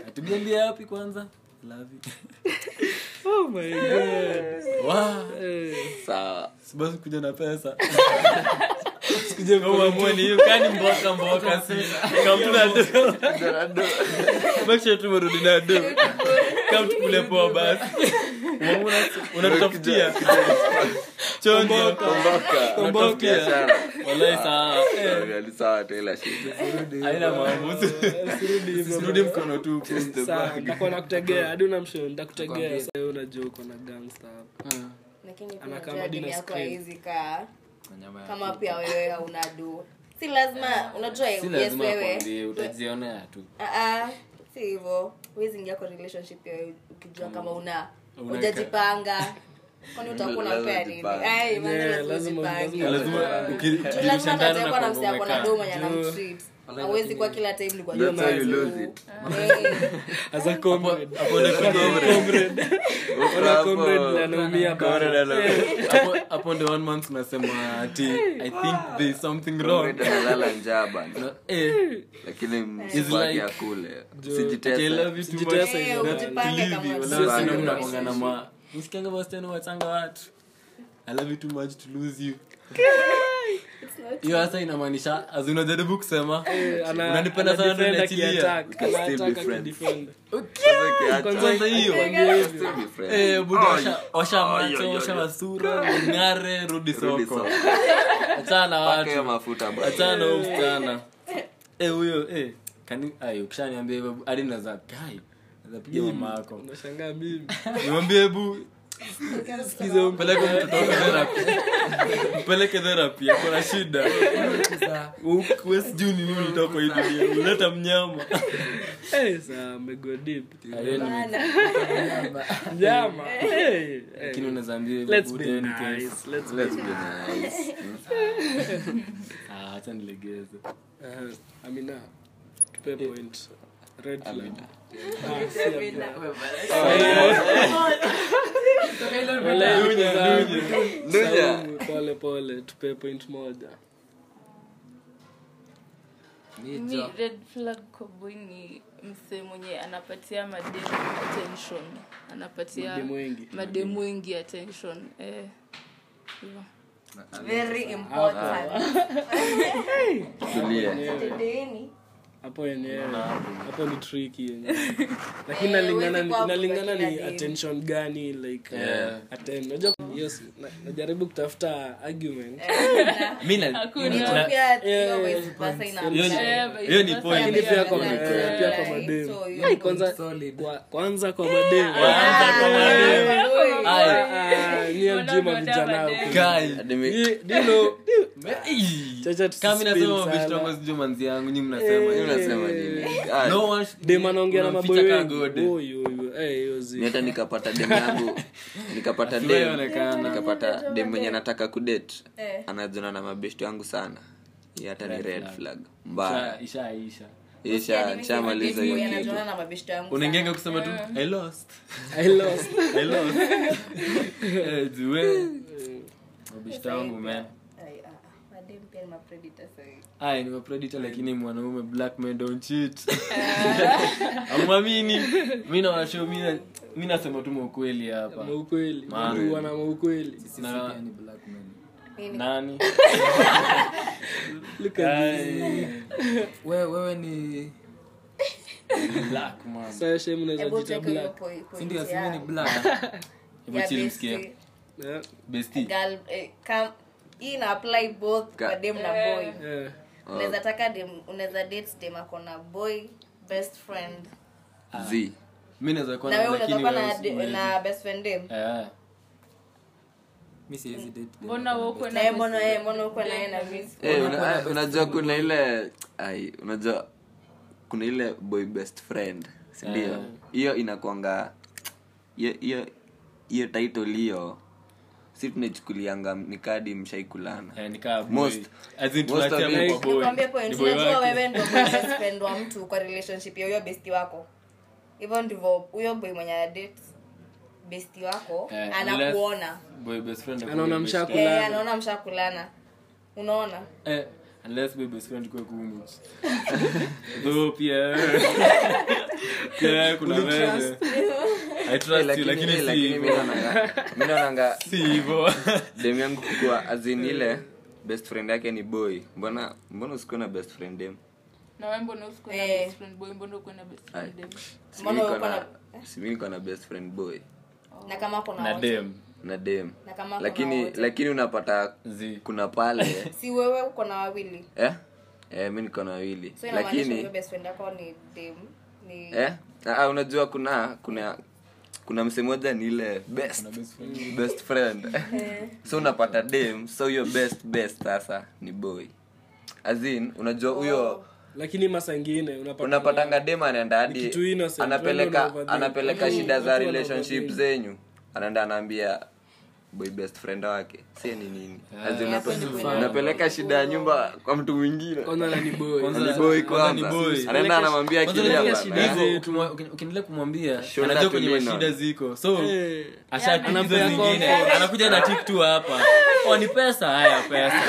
Speaker 4: ati bnb yapi kwanza Love you.
Speaker 3: Oh my God.
Speaker 4: Wah,
Speaker 3: Eh,
Speaker 2: sawa
Speaker 4: si basi kuja na pesa
Speaker 3: sikuje
Speaker 4: Uamue ni hiyo, kani mboka mboka si kamna do make sure tu merudi na do kam tukule poa basi Uamue una- unatutafutia chonjo
Speaker 2: Komboka. Biashara.
Speaker 4: wallahi sawa Eh,
Speaker 2: Sorry, sawa tu ila shida.
Speaker 4: haina mambo
Speaker 3: kurudi hivyo.
Speaker 4: usirudi mkono tupu
Speaker 3: Sawa, nitakuwa nakutegea hadi unamshauri nitakutegea sasa wewe unajua uko na gangster hapa
Speaker 6: lakini pia
Speaker 3: Anakaa
Speaker 6: unajua
Speaker 3: Madina
Speaker 6: dini yako
Speaker 3: screen.
Speaker 6: haizi kaa
Speaker 4: Ah,
Speaker 6: kama pia wewe hauna du si lazima unajua yes wewe
Speaker 4: utajionea tu
Speaker 6: Ah, ah, si hivyo huwezi ingia kwa relationship ya wewe ukijua kama una
Speaker 4: Una-
Speaker 6: hujajipanga kwani utakuwa
Speaker 2: Lazima
Speaker 6: unapea nini
Speaker 2: ujipange.
Speaker 6: Ai, maana
Speaker 3: Yeah,
Speaker 6: lazima
Speaker 3: lazima-
Speaker 6: ujipange.
Speaker 3: lazima-
Speaker 4: lazima
Speaker 6: Si lazima atakuwa na msee ako na
Speaker 4: ukirishanaanakongomeka
Speaker 6: doma ya anamtreat. hawezi kuwa kila time ni kwa
Speaker 2: That's how
Speaker 6: doma
Speaker 2: you
Speaker 6: tu.
Speaker 2: lose it.
Speaker 6: Eh.
Speaker 3: as a comrade
Speaker 2: Hapo-
Speaker 3: comrade anaumia bana.
Speaker 2: Comrade analala-
Speaker 4: hapo ndio one month unasema ati i think there is something wrong
Speaker 2: comrade analala njaa bana
Speaker 4: Na- eh,
Speaker 2: lakini msipaki
Speaker 4: like-
Speaker 2: akule
Speaker 4: I
Speaker 2: sijitese
Speaker 4: love you too
Speaker 3: Sijitese
Speaker 4: much.
Speaker 6: Eh, ujipange
Speaker 4: Leave
Speaker 6: kama
Speaker 4: you.
Speaker 6: msichana.
Speaker 4: Wala sina mnakongana ma- Nisikianga wasichana wachanga watu i love you too much to lose you hiyo hasa inamaanisha as unajaribu kusema
Speaker 3: Eh.
Speaker 4: unanipenda sana ndo niachilia kwanza hiyo Eh, buda washa- washa macho washa masura ngare rudi
Speaker 2: Rudi
Speaker 4: soko
Speaker 2: soko.
Speaker 4: achana na
Speaker 2: Paka
Speaker 4: watu
Speaker 2: mafuta bro.
Speaker 4: achana huu msichana Eh, huyo eh, kani ai ukishaniambia hivyo hadi naza kai nazapiga mama yako
Speaker 3: nashangaa mimi
Speaker 4: niwambie hebu sikiza huyu mpeleke mtoto wako therapy mpeleke therapy ako na shida Huku- we sijui ni nini ulitoa kwa hii dunia uleta mnyama
Speaker 3: Eh, saa mmego deep.
Speaker 4: Ayo, nime-
Speaker 3: Nyama. Eh, eh.
Speaker 4: lakini unaweza ambia hivyo,
Speaker 3: Let's be
Speaker 4: buda, ni
Speaker 3: nice,
Speaker 4: kesi.
Speaker 3: let's be-
Speaker 2: Let's be nice.
Speaker 4: Ah, acha nilegeze
Speaker 3: Aha, uh-huh. Amina, tupe point. Red flag.
Speaker 2: Amina.
Speaker 3: Ah, si Amina. Wala,
Speaker 4: Dunya,
Speaker 3: Saumu,
Speaker 4: dunya.
Speaker 2: Nuja.
Speaker 3: Saumu, pole pole tupe point moja
Speaker 7: mi red flag koboi ni msee mwenye anapatia mademu attention anapatia
Speaker 3: Mademu wengi.
Speaker 7: mademu wengi attention eh, hivyo.
Speaker 6: very important
Speaker 2: Tulia.
Speaker 6: Tudeeni.
Speaker 3: hapo wenyewe hapo ni tricky yenyewe lakini
Speaker 6: Eh,
Speaker 3: inalingana
Speaker 6: huwezi
Speaker 3: ni-
Speaker 6: kuwa
Speaker 3: inalingana ni
Speaker 6: kubakia dini.
Speaker 3: attention gani like
Speaker 4: Yeah.
Speaker 3: atten- unajua yes, na- najaribu kutafuta argument
Speaker 6: Eh.
Speaker 4: Mi na-
Speaker 7: Hakuna.
Speaker 4: na-
Speaker 6: Pia
Speaker 3: yeah,
Speaker 6: hiyo
Speaker 3: yeah,
Speaker 6: ways pasa ina-
Speaker 4: hiyo ni-
Speaker 7: Eh, but
Speaker 4: hiyo ni
Speaker 7: sasa
Speaker 4: point.
Speaker 3: lakini pia kwa
Speaker 6: Yeah,
Speaker 3: mademu,
Speaker 6: yeah,
Speaker 3: pia kwa
Speaker 6: yeah.
Speaker 3: mademu
Speaker 6: So, Ah,
Speaker 3: Ai,
Speaker 6: yeah.
Speaker 3: kwanza
Speaker 8: Solid.
Speaker 3: kwa- kwanza kwa mademu
Speaker 4: Kwanza kwa mademu. Ai,
Speaker 3: Ah,
Speaker 6: eh.
Speaker 3: nyie
Speaker 7: Mbona
Speaker 3: mjima
Speaker 7: unaondoa
Speaker 3: vijana
Speaker 7: mademu?
Speaker 3: huku.
Speaker 4: guy.
Speaker 2: Hadi mi-
Speaker 3: Ye- dilo- dilo-
Speaker 4: Ei.
Speaker 3: Chacha tusispin
Speaker 4: Kama inasema
Speaker 3: sana. Eh.
Speaker 4: mabeshte wangu sijui manzi yangu nyi mnasema
Speaker 2: Mimi nasema
Speaker 4: Eh.
Speaker 2: nini? Ah,
Speaker 4: No one should-
Speaker 3: dem anaongea na
Speaker 4: unamficha
Speaker 3: maboy
Speaker 4: kaa
Speaker 3: wengi.
Speaker 4: gode.
Speaker 3: Oyo, oyo, eh, hiyo zi-
Speaker 2: mi hata nikapata dem yangu nikapata
Speaker 4: Asiwahi
Speaker 2: dem-
Speaker 4: onekana.
Speaker 2: nikapata dem mwenye nataka kudet
Speaker 6: Eh.
Speaker 2: anajona na mabeshti yangu sana Hii hata ni red flag
Speaker 4: Isha-
Speaker 2: mbaya
Speaker 4: ishaisha
Speaker 2: Hii sha- shamaliza hiyo
Speaker 6: Mwenye
Speaker 2: kitu
Speaker 6: anajuana na mabeshte yangu
Speaker 4: unaingianga kusema tu i lost
Speaker 3: I lost.
Speaker 4: i lost Eh, ziwe
Speaker 3: Eh.
Speaker 4: mabeshte wangu man
Speaker 6: sana. Ai, ah, ah, mademu pia ni mapredator sahi.
Speaker 4: aya ni mapredita lakini mwanaume black man don't cheat amwamini mi nawasho mi nasema tu maukweli hapa
Speaker 3: Maukweli.
Speaker 4: Maana.
Speaker 3: Watu wana maukweli.
Speaker 4: Na-
Speaker 6: Mimi
Speaker 4: nani
Speaker 3: Look at this.
Speaker 4: Ai,
Speaker 8: We- wewe ni
Speaker 4: black man
Speaker 3: Sasa shame unaweza
Speaker 6: Hebu
Speaker 3: jita
Speaker 6: cheka hiyo
Speaker 3: black.
Speaker 6: po- point
Speaker 8: sindio asimi ni
Speaker 6: yangu.
Speaker 8: black
Speaker 4: Hebu
Speaker 6: Ya
Speaker 4: chill
Speaker 6: besti.
Speaker 4: msikie.
Speaker 3: Eh,
Speaker 4: Bestie.
Speaker 6: Girl, eh, kam- hii ina apply both
Speaker 2: Ka-
Speaker 6: kwa dem na boy
Speaker 3: eh.
Speaker 4: Oh.
Speaker 6: unaweza taka dem unaweza date dem ako na boy best friend
Speaker 2: z
Speaker 4: mi naweza kuwa
Speaker 6: na
Speaker 4: na
Speaker 6: wewe unaweza
Speaker 4: lakini
Speaker 6: kuwa
Speaker 4: wewe
Speaker 6: na de-
Speaker 4: usiwezi.
Speaker 6: na best friend dem
Speaker 4: Eh,
Speaker 8: mi siwezi date them.
Speaker 7: mbona woko
Speaker 6: na yeye Eh, mbona yeye mbona huko na yeye na mimi
Speaker 2: Eh, una- ah, unajua kuna ile ai unajua kuna ile boy best friend sindio hiyo inakwanga hiyo- hiyo hiyo title hiyo si tunachukulianga nikadi mshaikulana
Speaker 4: eh, nikaa boy.
Speaker 2: Most-
Speaker 4: As in
Speaker 2: most
Speaker 4: tunatia
Speaker 2: of
Speaker 4: mtu
Speaker 2: it-
Speaker 4: kwa boy.
Speaker 6: nikwambie
Speaker 4: Ni
Speaker 6: point
Speaker 4: boy
Speaker 6: unajua
Speaker 4: wake.
Speaker 6: wewe ndio boy best friend wa mtu kwa relationship ya huyo besti wako hivyo ndivyo huyo boy mwenye ana date besti wako
Speaker 4: Eh,
Speaker 6: anakuona
Speaker 4: unless boy best friend ako
Speaker 3: Anaona
Speaker 4: boy best
Speaker 3: mshako.
Speaker 4: friend.
Speaker 6: Eh,
Speaker 3: kulala.
Speaker 6: anaona mshakulana unaona
Speaker 4: Eh, unless boy best friend kuwe kumu. Though pia- pia kuna wewe. I trust you,
Speaker 2: Eh, lakini-
Speaker 4: lakini
Speaker 2: eh,
Speaker 4: si
Speaker 2: lakini mi
Speaker 4: hivyo.
Speaker 2: naonanga- mi naonanga
Speaker 4: Si Eh. hivyo.
Speaker 2: dem yangu kukuwa azin ile best friend yake ni boy mbona mbona usikuwe na best friend dem
Speaker 7: na wewe mbona usiku na
Speaker 6: Eh.
Speaker 7: best friend boy mbona uko na best friend dem
Speaker 2: Si
Speaker 6: Mbona eh?
Speaker 2: mi niko
Speaker 6: ulikuwa
Speaker 2: na- si mi niko na best friend boy
Speaker 6: na kama ako
Speaker 4: Na
Speaker 6: na wote.
Speaker 4: dem.
Speaker 2: na dem
Speaker 6: Na kama kuna
Speaker 2: Oh. lakini
Speaker 6: wote.
Speaker 2: lakini unapata
Speaker 4: Zi.
Speaker 2: kuna pale
Speaker 6: si wewe uko na wawili
Speaker 2: eh? Eh, mi niko na wawili
Speaker 6: so inamaanisha
Speaker 2: lakini
Speaker 6: huyo best friend yako ni dem ni
Speaker 2: eh? Ah, ah, unajua kuna kuna kuna mse moja ni ile best best friend so unapata dem so hiyo best best sasa ni boy azin unajua huyo
Speaker 3: lakini masangine
Speaker 2: unapatanga dem anaenda hadi
Speaker 3: kitu innocent, wewe
Speaker 2: anapeleka
Speaker 3: ndo unaoverthink.
Speaker 2: anapeleka
Speaker 3: Watu-
Speaker 2: shida
Speaker 3: watu
Speaker 2: za
Speaker 3: wanaoverthink.
Speaker 2: relationship zenyu anaenda anaambia boy best friend wake si ni nini As in, unape- unapeleka shida ya nyumba kwa mtu mwingine
Speaker 3: naniboy
Speaker 2: Na ni boy kwanza
Speaker 4: ni boy.
Speaker 2: anaenda anamwambia
Speaker 4: Kwanza
Speaker 2: kilia
Speaker 4: unajua
Speaker 2: bana,
Speaker 4: shida
Speaker 2: eh.
Speaker 4: hizo, ukimwa- uki- ukiendelea kumwambia
Speaker 2: Shoulder
Speaker 4: anajua
Speaker 2: to
Speaker 4: kwenye
Speaker 2: lean on.
Speaker 4: mashida ziko so
Speaker 3: Anapea
Speaker 4: ashakizo zingine
Speaker 3: comfort.
Speaker 4: anakuja na tik tu hapa oh ni pesa haya pesa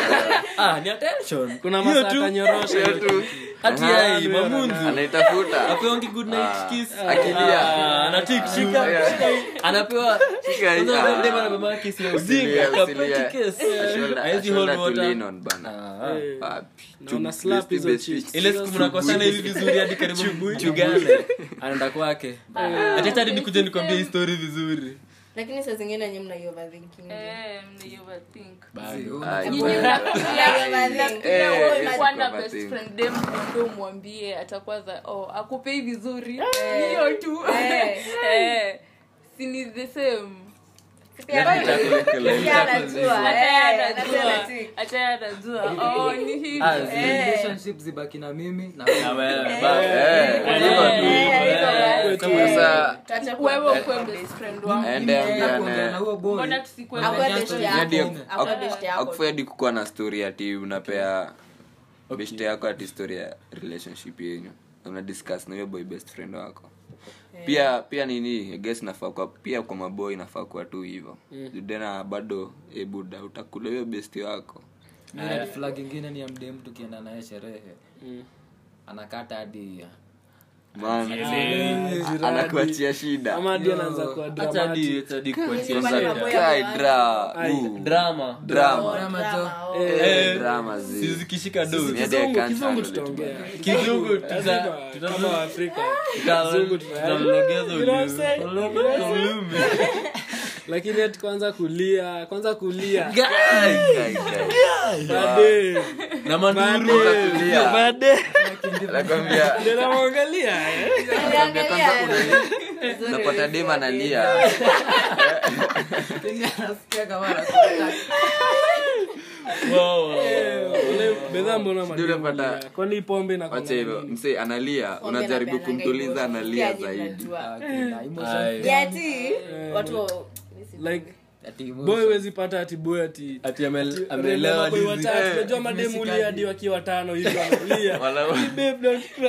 Speaker 4: ah ni attention
Speaker 3: kuna
Speaker 4: Hiyo
Speaker 3: masaa
Speaker 4: tu.
Speaker 3: atanyorosha
Speaker 2: Hiyo tu.
Speaker 4: hati yai mamunzi
Speaker 2: anaitafuta
Speaker 4: apeongi good night kiss
Speaker 2: akilia.
Speaker 4: Ah, ana tik tu. anapewa
Speaker 2: Shika hii,
Speaker 4: Kwanza
Speaker 2: ah.
Speaker 4: dem ana mama yake kesi ya uzinga kapati kesi Haezi hold water. Ah.
Speaker 3: Naona slap hizo chicks.
Speaker 4: ile siku mnakosana hivi vizuri hadi karibu chugane anaenda kwake achacha hadi nikuja nikwambia hii story vizuri
Speaker 6: lakini saa zingine nye mnaiovathinking
Speaker 7: Eh, mna overthink.
Speaker 2: Eh.
Speaker 3: Eh,
Speaker 6: Mnaioverthink.
Speaker 7: Kuwa na best friend dem ndio umwambie atakuwa za oh akupei vizuri hiyo tu
Speaker 6: Eh.
Speaker 7: Eh. si ni the same
Speaker 2: Yaani
Speaker 6: Pia anajua,
Speaker 7: Hata yeye
Speaker 6: eh,
Speaker 3: Yaani
Speaker 7: anajua.
Speaker 6: anajua.
Speaker 7: Hata yeye anajua. Oh, ni hivi.
Speaker 8: Ah, zi-
Speaker 6: Eh.
Speaker 8: relationship zibaki na mimi na wewe.
Speaker 4: Na wewe, Eh,
Speaker 3: Eh,
Speaker 2: Eh,
Speaker 6: Tuache kuwa-
Speaker 7: Wewe ukuwe best friend
Speaker 4: eh.
Speaker 7: wangu.
Speaker 3: Eh.
Speaker 8: Nataka kuongea na huo boy.
Speaker 7: Mbona tusikuwe
Speaker 3: Yaani
Speaker 6: Akuwe
Speaker 7: best
Speaker 6: best
Speaker 7: friend?
Speaker 6: yako.
Speaker 2: Hadi aku-
Speaker 6: Akuwe
Speaker 2: aku-
Speaker 6: best yako.
Speaker 2: akufedi kukuwa na story ati unapea best yako ati story ya relationship yenyu una discuss na hiyo boy best friend wako pia pia nini I guess nafaa kwa pia kwa maboy inafaa kuwa tu hivyo tena bado ebuda utakula hiyo best wako
Speaker 8: Mi red flag ingine ni ya mdemu tukienda naye sherehe anakata hadi
Speaker 2: maana anakuachia shida
Speaker 3: ama hadi anaanza kuwa
Speaker 4: acha
Speaker 3: dramatic.
Speaker 4: hadi acha hadi kuachia
Speaker 2: Kwanza
Speaker 4: shida.
Speaker 2: kai dra- ooh,
Speaker 4: drama
Speaker 2: drama
Speaker 4: Eh,
Speaker 2: drama zi.
Speaker 4: sizi kishika do
Speaker 2: Mimi hadi I
Speaker 3: Kizungu-
Speaker 2: can't
Speaker 3: kizungu
Speaker 2: handle it,
Speaker 3: tutaongea
Speaker 4: kizungu
Speaker 3: Lazima, kama waafrika Kizungu tuna- You know what I'm saying?
Speaker 4: tutamlogeza
Speaker 3: lakini ati kwanza kulia kwanza kulia
Speaker 2: Kai, kai.
Speaker 3: Bade.
Speaker 4: na manduru
Speaker 2: Tulia.
Speaker 3: Bade.
Speaker 2: Nakwambia,
Speaker 3: Ndio namwangalia, eh.
Speaker 2: nakwambia kwanza una- unapata dem analia
Speaker 4: Wow, wow.
Speaker 3: Ule bedhaa Eh, mbona
Speaker 2: Ndio unapata-
Speaker 3: mademu, kwani pombe inakuwa
Speaker 2: wacha hivyo
Speaker 3: nini?
Speaker 2: msee analia unajaribu kumtuliza analia zaidi
Speaker 4: Aye.
Speaker 6: yati Yaani
Speaker 3: Eh.
Speaker 6: watu
Speaker 3: Like, boy huwezi pata ati boy ati
Speaker 4: ati ame-
Speaker 3: ati-
Speaker 4: ameelewa
Speaker 3: boy
Speaker 4: hizi-
Speaker 3: watatu,
Speaker 2: Eh.
Speaker 3: unajua mademu ulia hadi wakiwa tano hivi wanalia. Ati babe, don't cry.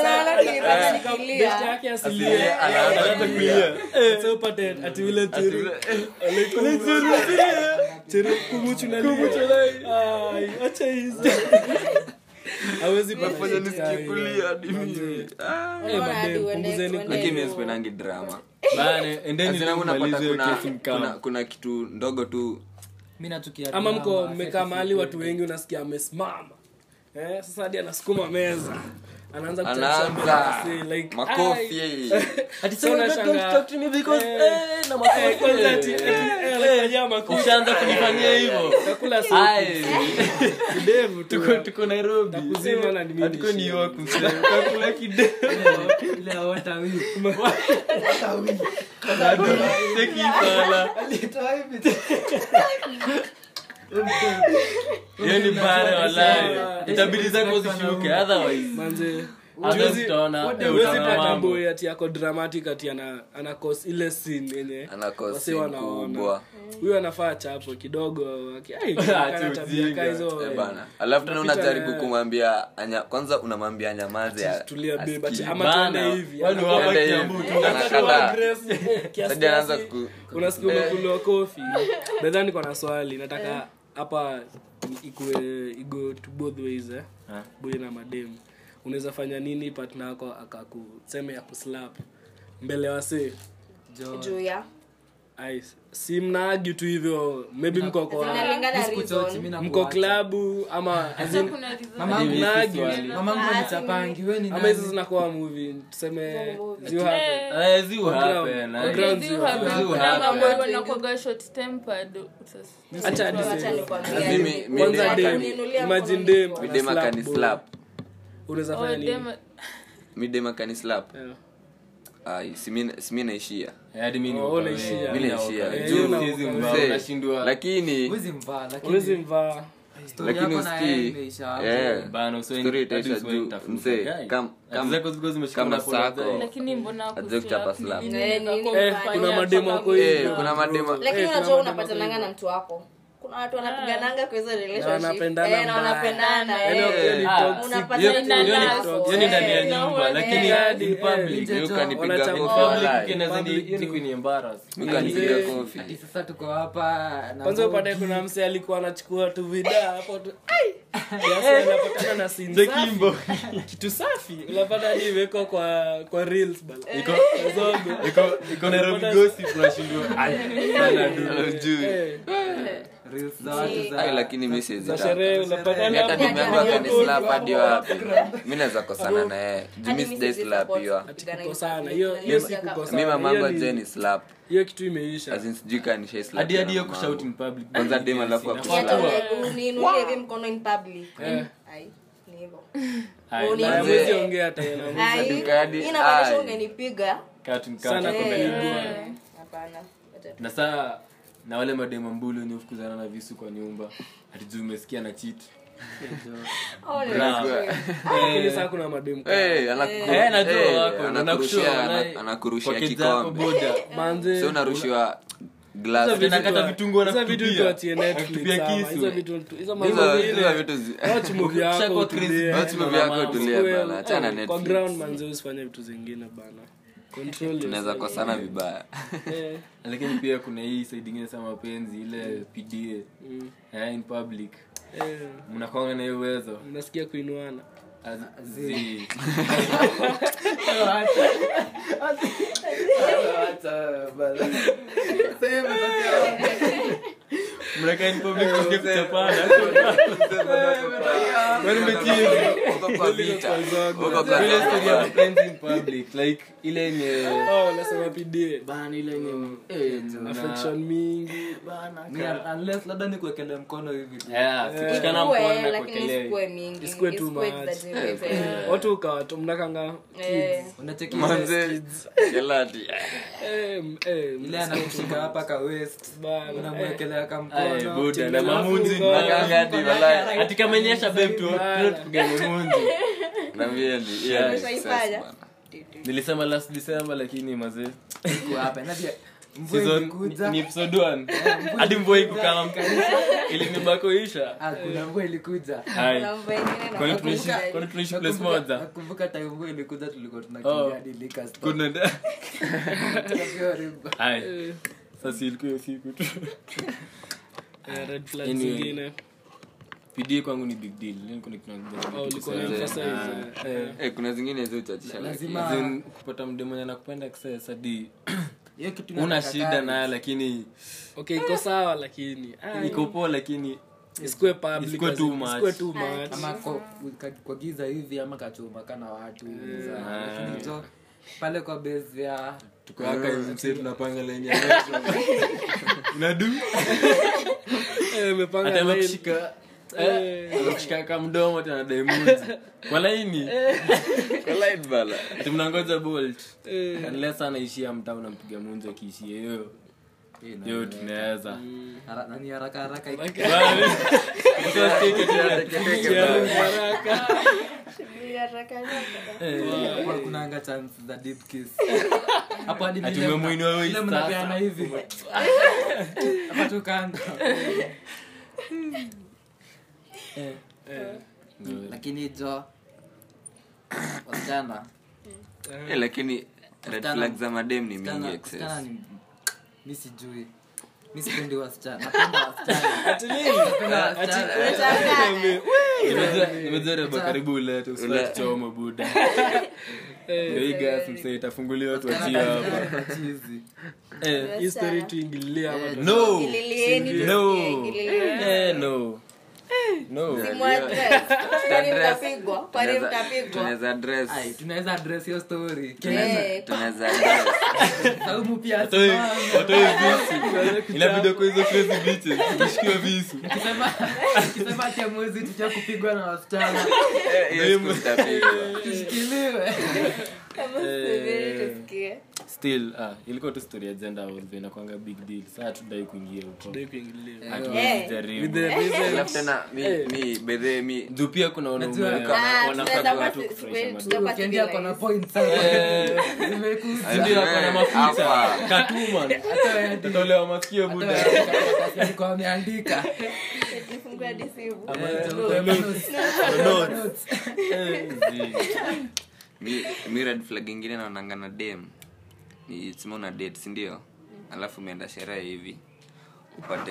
Speaker 6: Unaona
Speaker 3: Eh.
Speaker 6: nilipata nikilia.
Speaker 3: Best yake asilie.
Speaker 4: anaanza kulia.
Speaker 3: Eh, so upate ati ule churu. Ule churu, churu, kumuchu na lia. Ai, acha hizo. Hawezi pata
Speaker 2: Fanya
Speaker 3: kitu
Speaker 2: nisikie
Speaker 3: kama hiyo.
Speaker 2: kulia hadi mimi. Ah.
Speaker 3: Eh, mademu,
Speaker 6: Unaona,
Speaker 3: punguzeni
Speaker 6: tuende-
Speaker 2: lakini mimi sipendangi drama
Speaker 4: Bane, endeni
Speaker 2: Lazima unapata
Speaker 4: tumalize hiyo
Speaker 2: kuna-
Speaker 4: kesi mkao.
Speaker 2: kuna kuna kitu ndogo tu
Speaker 8: mi nachukia
Speaker 3: ama mko
Speaker 8: drama,
Speaker 3: mmekaa mahali watu wengi unasikia amesimama eh, sasa hadi anasukuma meza anaanza kuchapisha
Speaker 2: anaanza
Speaker 3: mbele, say, like,
Speaker 2: makofi
Speaker 4: Ati
Speaker 3: So
Speaker 4: sasa
Speaker 3: unashangaa,
Speaker 4: don't talk to me because,
Speaker 3: eh,
Speaker 4: eh, na
Speaker 3: "Ai, eh,
Speaker 4: makofi.
Speaker 3: kwanza ati, eh, eh, anafanyia makofi."
Speaker 4: Ushaanza kunifanyia hivyo
Speaker 3: Takula supu,
Speaker 4: Aye.
Speaker 3: kidevu tu.
Speaker 4: tuko tuko nairobi
Speaker 3: Takuzima na nimi
Speaker 4: Ati tuko
Speaker 3: nishi.
Speaker 4: new york msee. Kakula kidogo.
Speaker 8: ile ya watawi.
Speaker 4: Cheki hii sala. hiyo ni bara walai Yaani itabidi zako zishuke otherwise
Speaker 3: Manze,
Speaker 4: others
Speaker 3: juzi-
Speaker 4: utaona eh,
Speaker 3: huwezi
Speaker 4: utaona
Speaker 3: pata
Speaker 4: mambo.
Speaker 3: boy ati yako dramatic ati ana ana cause ile scene yenye
Speaker 2: Ana cause
Speaker 3: wase
Speaker 2: scene
Speaker 3: wanaona.
Speaker 2: kubwa.
Speaker 3: huyu anafaa chapo kidogo aki- ai,
Speaker 4: Ati
Speaker 3: tabia
Speaker 4: ujinga.
Speaker 3: ka hizo,
Speaker 2: Eh,
Speaker 3: eh.
Speaker 2: bana alafu tena
Speaker 3: Unapita
Speaker 2: unajaribu
Speaker 3: na-
Speaker 2: kumwambia anya- kwanza unamwambia nyamaze a-
Speaker 3: tulia babe ati
Speaker 2: asikii.
Speaker 3: ama
Speaker 4: Bana,
Speaker 3: tuende hivi
Speaker 4: wani
Speaker 3: Ana-
Speaker 4: wapa
Speaker 2: Tuende
Speaker 4: Kiambu,
Speaker 2: hivi.
Speaker 4: tuende
Speaker 2: Anakataa.
Speaker 4: Kasarani.
Speaker 2: Hadi anaanza ku-
Speaker 3: unasikia umekuliwa kofi bedha niko na swali nataka hapa ikue igo to both ways eh? boy na mademu unaweza fanya nini partner yako akakuseme ya kuslap mbele wase
Speaker 6: juu ya
Speaker 3: si mnaagi tu hivyo maybe mko kwa
Speaker 6: inalingana
Speaker 8: Siku
Speaker 6: reason.
Speaker 8: chote, mi nakuacha.
Speaker 3: mko klabu ama as in,
Speaker 7: Kuna reason.
Speaker 3: mnaagi
Speaker 8: mamangu anichapangi, we ni
Speaker 3: ama
Speaker 8: nani?
Speaker 3: hizo zinakuwa movie tuseme you have
Speaker 7: Eh,
Speaker 4: Eh, zi uhape,
Speaker 3: Program.
Speaker 4: na-
Speaker 3: Program.
Speaker 7: okay, zi uhaba.
Speaker 4: Zi uhaba.
Speaker 7: Kuna mambo wanakuwaga short tempered. Utas-
Speaker 3: acha
Speaker 6: Acha
Speaker 3: niseme
Speaker 6: nikwambie.
Speaker 2: Mimi- mimi
Speaker 3: Kwanza
Speaker 2: dem
Speaker 3: dem,
Speaker 2: akani-
Speaker 3: imagine dem ana
Speaker 2: midem
Speaker 3: slap
Speaker 2: akani
Speaker 3: boy.
Speaker 2: slap
Speaker 3: Unaweza
Speaker 7: Oh,
Speaker 3: fanya nini?
Speaker 7: dem-
Speaker 2: midem akani slap
Speaker 3: Yeah.
Speaker 2: Ai, si mi- si mi naishia
Speaker 4: Eh, hadi mi ni
Speaker 3: Oh,
Speaker 4: uhape.
Speaker 3: unaishia.
Speaker 4: Mi
Speaker 2: Mi
Speaker 4: ni
Speaker 2: naishia.
Speaker 4: uhape.
Speaker 2: Eh,
Speaker 4: Juu
Speaker 3: una-
Speaker 4: siwezi mbao,
Speaker 2: Mzee,
Speaker 4: unashindwa.
Speaker 2: lakini
Speaker 8: Huwezi mvaa, lakini
Speaker 3: Huwezi mvaa.
Speaker 8: story
Speaker 2: lakini
Speaker 8: yako na
Speaker 2: usikii.
Speaker 8: yeye imeisha hapo.
Speaker 2: Eh.
Speaker 4: Bana, usiwe-
Speaker 2: Story
Speaker 4: hadi
Speaker 2: itaisha
Speaker 4: usiwe
Speaker 2: juu,
Speaker 4: nitafuta.
Speaker 2: mzee,
Speaker 4: Guy,
Speaker 2: kam-
Speaker 4: hati
Speaker 2: kam-
Speaker 4: zako zilikuwa zimeshikana
Speaker 2: kama
Speaker 4: na pole
Speaker 2: sako.
Speaker 4: zako.
Speaker 7: lakini mbona
Speaker 2: Ajue kuchapa slap.
Speaker 7: kuslap?
Speaker 6: Eh,
Speaker 7: Nini
Speaker 6: nini
Speaker 7: inakuwa
Speaker 3: Eh,
Speaker 7: kufanya
Speaker 3: kuna mademu
Speaker 7: kwa
Speaker 3: wako
Speaker 2: Eh,
Speaker 3: hivyo.
Speaker 2: kuna madema
Speaker 6: lakini
Speaker 3: Eh, kuna
Speaker 6: unajua
Speaker 3: mademu wako
Speaker 6: unapatananga na mtu wako kuna watu wanapigananga kwa hizo relationship.
Speaker 3: wanapendana
Speaker 6: Eh, na
Speaker 3: mbaya.
Speaker 6: wanapendana,
Speaker 3: Yaani
Speaker 6: eh.
Speaker 3: wakiwa ni
Speaker 6: Ah,
Speaker 3: toxic. Yaani
Speaker 6: unapata
Speaker 4: Hiyo-
Speaker 6: ina
Speaker 4: hiyo ni-
Speaker 6: nazo,
Speaker 4: hiyo ni ndani ya
Speaker 6: eh.
Speaker 4: nyumba
Speaker 7: eh,
Speaker 4: lakini
Speaker 3: eh,
Speaker 4: in public.
Speaker 8: eh,
Speaker 4: In
Speaker 2: Hiyo kanipiga
Speaker 3: wanachapa
Speaker 2: kofi
Speaker 3: public
Speaker 4: public,
Speaker 2: walai.
Speaker 4: inaweza ni-
Speaker 3: public
Speaker 4: hiyo ni
Speaker 3: tu.
Speaker 4: kuni embarrass.
Speaker 2: Hiyo kanipiga kofi.
Speaker 8: hadi sasa tuko hapa na
Speaker 3: kwanza
Speaker 8: Mungu.
Speaker 3: upate kuna mse alikuwa anachukua tu vida hapo tu Ai! Kiasi
Speaker 7: Eh.
Speaker 3: anapatana na scene safi. kitu safi unapata hadi imewekwa kwa kwa reels bala
Speaker 7: Eh.
Speaker 3: Kwa zogo.
Speaker 4: Iko- iko Nairobi gossip, tunashindwa. Ai, bana du.
Speaker 2: Hujui.
Speaker 3: Eh,
Speaker 8: Reels za watu za-
Speaker 2: Ai, lakini mi siwezi
Speaker 3: za
Speaker 2: taka.
Speaker 3: sherehe unapatana
Speaker 2: Mi hata
Speaker 6: Labda
Speaker 2: demu yangu akanislap
Speaker 6: jana.
Speaker 2: hadi wapi mi naweza kosana na yeye juu mi
Speaker 6: Hadi mimi Yaani siwezi
Speaker 2: sijaislapiwa
Speaker 6: support kupigana hizo
Speaker 3: Kukosana,
Speaker 6: hizo
Speaker 3: Yaani hiyo- hiyo si
Speaker 6: hizo
Speaker 3: kukosana.
Speaker 2: mi mamangu
Speaker 3: Hiyo ni-
Speaker 2: ajue ni slap
Speaker 3: hiyo kitu imeisha
Speaker 2: azin sijui kaa nishaislap
Speaker 4: Hadi- hadi
Speaker 2: na
Speaker 4: hiyo kushout in
Speaker 2: mamangu.
Speaker 4: public.
Speaker 2: Kwanza dem alafu
Speaker 4: Inafaa
Speaker 6: Yaani
Speaker 2: akuslap.
Speaker 4: kuwa-
Speaker 6: uniinulie hivi mkono in public
Speaker 3: Eh.
Speaker 6: Ai, ni hivyo.
Speaker 4: Ai,
Speaker 6: Uni-
Speaker 3: Na
Speaker 2: Manze.
Speaker 3: hamwezi ongea tena
Speaker 7: Eh.
Speaker 6: Ai,
Speaker 2: dukani,
Speaker 6: hii inamaanisha
Speaker 2: ai.
Speaker 6: ungenipiga
Speaker 4: cut and cut.
Speaker 3: Sana
Speaker 4: Eh.
Speaker 3: kupigwa.
Speaker 6: hapana
Speaker 4: na saa na wale madema mbulu wenye hufukuzana na visu kwa nyumba atijuu umesikia na chit
Speaker 6: Ole,
Speaker 4: Bravo.
Speaker 6: wewe.
Speaker 3: lakini saa kuna mademu kama-
Speaker 2: Eh, anaku-
Speaker 4: Eh, najua
Speaker 2: eh,
Speaker 4: wako, na nakushua,
Speaker 2: anakurushia ana-
Speaker 4: na-
Speaker 2: anakurushia
Speaker 4: pocket zako,
Speaker 2: kikombe
Speaker 4: boda.
Speaker 3: manze
Speaker 2: so unarushiwa glass.
Speaker 4: Hizo vitu-
Speaker 2: Hizo-
Speaker 4: Nakata
Speaker 3: Hizo
Speaker 4: vitungu
Speaker 3: vitu
Speaker 4: wanakutupia.
Speaker 3: tu atie Netflix
Speaker 4: Wanakutupia
Speaker 3: ama,
Speaker 4: kisu.
Speaker 3: hizo vitu tu- hizo mambo
Speaker 2: hizo
Speaker 3: zile.
Speaker 2: vitu zi-
Speaker 3: Watch movie yako,
Speaker 4: Ukishakuwa crazy,
Speaker 3: utulie.
Speaker 4: watch
Speaker 2: Watch movie yako tulia
Speaker 3: Well,
Speaker 2: bana achana
Speaker 3: eh, kwa
Speaker 2: Netflix.
Speaker 3: ground manze usifanye vitu zingine bana Control
Speaker 2: tunaweza
Speaker 3: yourself.
Speaker 2: kosana vibaya
Speaker 3: Eh,
Speaker 4: lakini pia kuna hii side ingine sa mapenzi ile pda
Speaker 3: Mm.
Speaker 4: eh, in public
Speaker 3: eh,
Speaker 4: mnakwanga na hiyo uwezo
Speaker 3: mnasikia kuinuana
Speaker 4: Az- zi- mnakaa in public msikie kuchapana. Wewe umechizi.
Speaker 2: Uko kwa vita. Uko kwa
Speaker 4: Ile
Speaker 2: vita.
Speaker 4: story ya mapenzi in public, like ile yenye Mm.
Speaker 3: oh, nasema pidie
Speaker 8: Bana, ile yenye- eh, jo.
Speaker 3: affection mingi
Speaker 8: Ni unless labda ni kuwekelea mkono hivi tu.
Speaker 4: Yeah, kushikana
Speaker 6: Ikue,
Speaker 4: mkono na
Speaker 6: lakini
Speaker 4: kuwekelea.
Speaker 6: isikue mingi
Speaker 3: Isikue too
Speaker 6: isikue
Speaker 3: much. Eh,
Speaker 6: exaggerated.
Speaker 3: watu ukawatu mnakanga
Speaker 6: Eh.
Speaker 8: Unacheki ile-
Speaker 2: Manze, gelati.
Speaker 3: eh, m- eh,
Speaker 8: ile anakushika hapa ka waist,
Speaker 3: bana, eh,
Speaker 8: unamwekelea ka
Speaker 4: Aye,
Speaker 8: mkono.
Speaker 4: buda, na mamunzi
Speaker 2: Nakanga hadi walai.
Speaker 4: Ati kama inyesha babe tu, leo tupigane munzi.
Speaker 2: Naambia ni- hiyo ni success
Speaker 6: Ushaifanya?
Speaker 2: bana.
Speaker 4: nilisema last december lakini mazee
Speaker 8: Iko hapa. Na pia, mvua
Speaker 4: season
Speaker 8: ilikuja.
Speaker 4: ni- ni episode one
Speaker 8: Eh,
Speaker 4: hadi mvua ikukam ilinibakoisha
Speaker 8: Ah, kuna mvua ilikuja
Speaker 4: hai
Speaker 6: Mambo yengine na-
Speaker 4: kwani tunaishi kwani tunaishi place moja
Speaker 8: nakumbuka taimvua ilikuja tulikuwa
Speaker 4: Oh.
Speaker 8: tunakimbia hadi Lakers.
Speaker 4: kuna
Speaker 8: Tukapiga riba. Eh.
Speaker 4: hai sasa ilikuwa hiyo siku tu
Speaker 3: eh, red flag
Speaker 4: Anyway.
Speaker 3: zingine
Speaker 4: pd kwangu ni big deal leo kuna kitu
Speaker 3: Oh, ulikuwa na emphasize, eh, eh.
Speaker 2: Eh, kuna zingine zilizochachisha
Speaker 8: Lazima-
Speaker 4: Then kupata mdemo mwenye anakupenda kisasa hadi
Speaker 8: Hiyo kitu
Speaker 4: una
Speaker 8: inataka
Speaker 4: shida
Speaker 8: kazi.
Speaker 4: naye lakini
Speaker 3: okay iko sawa lakini ah,
Speaker 4: iko poa lakini
Speaker 3: isikue public,
Speaker 4: Isikue too much.
Speaker 3: isikue too much.
Speaker 8: ama kwa- ka- kwa giza hivi ama kachumakana watu
Speaker 4: Eh.
Speaker 8: za- lakini jo pale kwa base ya
Speaker 4: tukoaka mse tunapanga lenye nadu
Speaker 3: Eh, umepanga
Speaker 4: hata
Speaker 3: line. Eh,
Speaker 4: amekushika amekushika ka mdomo tena diamond walaini
Speaker 2: Collide bala.
Speaker 4: ati mnangoja bolt
Speaker 3: Eh.
Speaker 4: unless anaishia mtaa unampiga munzo akiishia yo yo tunaweza
Speaker 8: hara- nani haraka haraka iki-
Speaker 3: Jaribu
Speaker 2: Eh.
Speaker 3: haraka.
Speaker 8: kwa kunanga chance za deep kiss hapo hadi
Speaker 4: Ati
Speaker 8: vile mna-
Speaker 4: umemwinua wewe
Speaker 8: vile
Speaker 4: sasa.
Speaker 8: mnapeana hivi hapa tu kando Eh, Mm.
Speaker 5: lakini jo wasichana
Speaker 2: Eh, lakini red
Speaker 8: Msichana-
Speaker 2: flag za madem ni mingi
Speaker 8: Wasichana-
Speaker 2: excess.
Speaker 8: wasichana ni mi sijui mi sipendi wasichana napenda wasichana
Speaker 3: Ati nini?
Speaker 8: Napenda wasichana.
Speaker 4: nimejua reba karibu ulete
Speaker 2: Ule-
Speaker 4: usichoma buda Ndio hii gas mse itafunguliwa tuachia
Speaker 8: Eh.
Speaker 4: hapa
Speaker 8: Kwa chizi.
Speaker 4: Eh,
Speaker 3: Hii story tuingililie hapa.
Speaker 4: no
Speaker 6: Ililieni,
Speaker 4: no
Speaker 6: tusiingililie.
Speaker 4: Eh, no no
Speaker 6: Mwadress. Kwani
Speaker 2: Address.
Speaker 6: mtapigwa? Kwani
Speaker 2: Tunaweza-
Speaker 6: mtapigwa?
Speaker 2: tunaweza dress.
Speaker 8: Ai, tunaweza address hiyo story
Speaker 6: Eh,
Speaker 2: tunaweza dress.
Speaker 8: saumu pia
Speaker 4: Watoe-
Speaker 8: asimame.
Speaker 4: watoe visu inabidi kwa hizo crazy bitches kushikiwa visu
Speaker 8: Kisema- kisema ati amwezi tucha kupigwa na wasichana
Speaker 2: Eh, hiyo siku nitapigwa.
Speaker 8: tushikiliwe
Speaker 6: kama sivile tusikie.
Speaker 4: still ah, ilikuwa tu story ya gender roles, inakuanga big deal saa tudai kuingia huko
Speaker 3: Dai kuingililia.
Speaker 4: Hatuwezi jaribu.
Speaker 3: With the reason-
Speaker 2: Eh, alafu tena mi
Speaker 4: Eh.
Speaker 2: mi bedhe mi
Speaker 4: juu pia kuna wanaume
Speaker 8: Najua-
Speaker 4: wana-
Speaker 6: Ah,
Speaker 4: wanafaa
Speaker 6: tunaweza
Speaker 4: tu watu
Speaker 6: pasi-
Speaker 4: kufurahisha
Speaker 6: siku-
Speaker 4: madem.
Speaker 6: tunaweza
Speaker 8: ukiendea
Speaker 6: pasi-
Speaker 8: kona point sana zimekuja
Speaker 4: Ndio, akona mafuta
Speaker 2: Hapa.
Speaker 4: katuma tatolewa masikio buda
Speaker 8: kwa ameandika
Speaker 6: Nifungua hadi
Speaker 8: Ah,
Speaker 6: simu. Eh.
Speaker 2: mi mi red flag ingine naonanga na dem ni sema una date sindio alafu umeenda sherehe hivi upate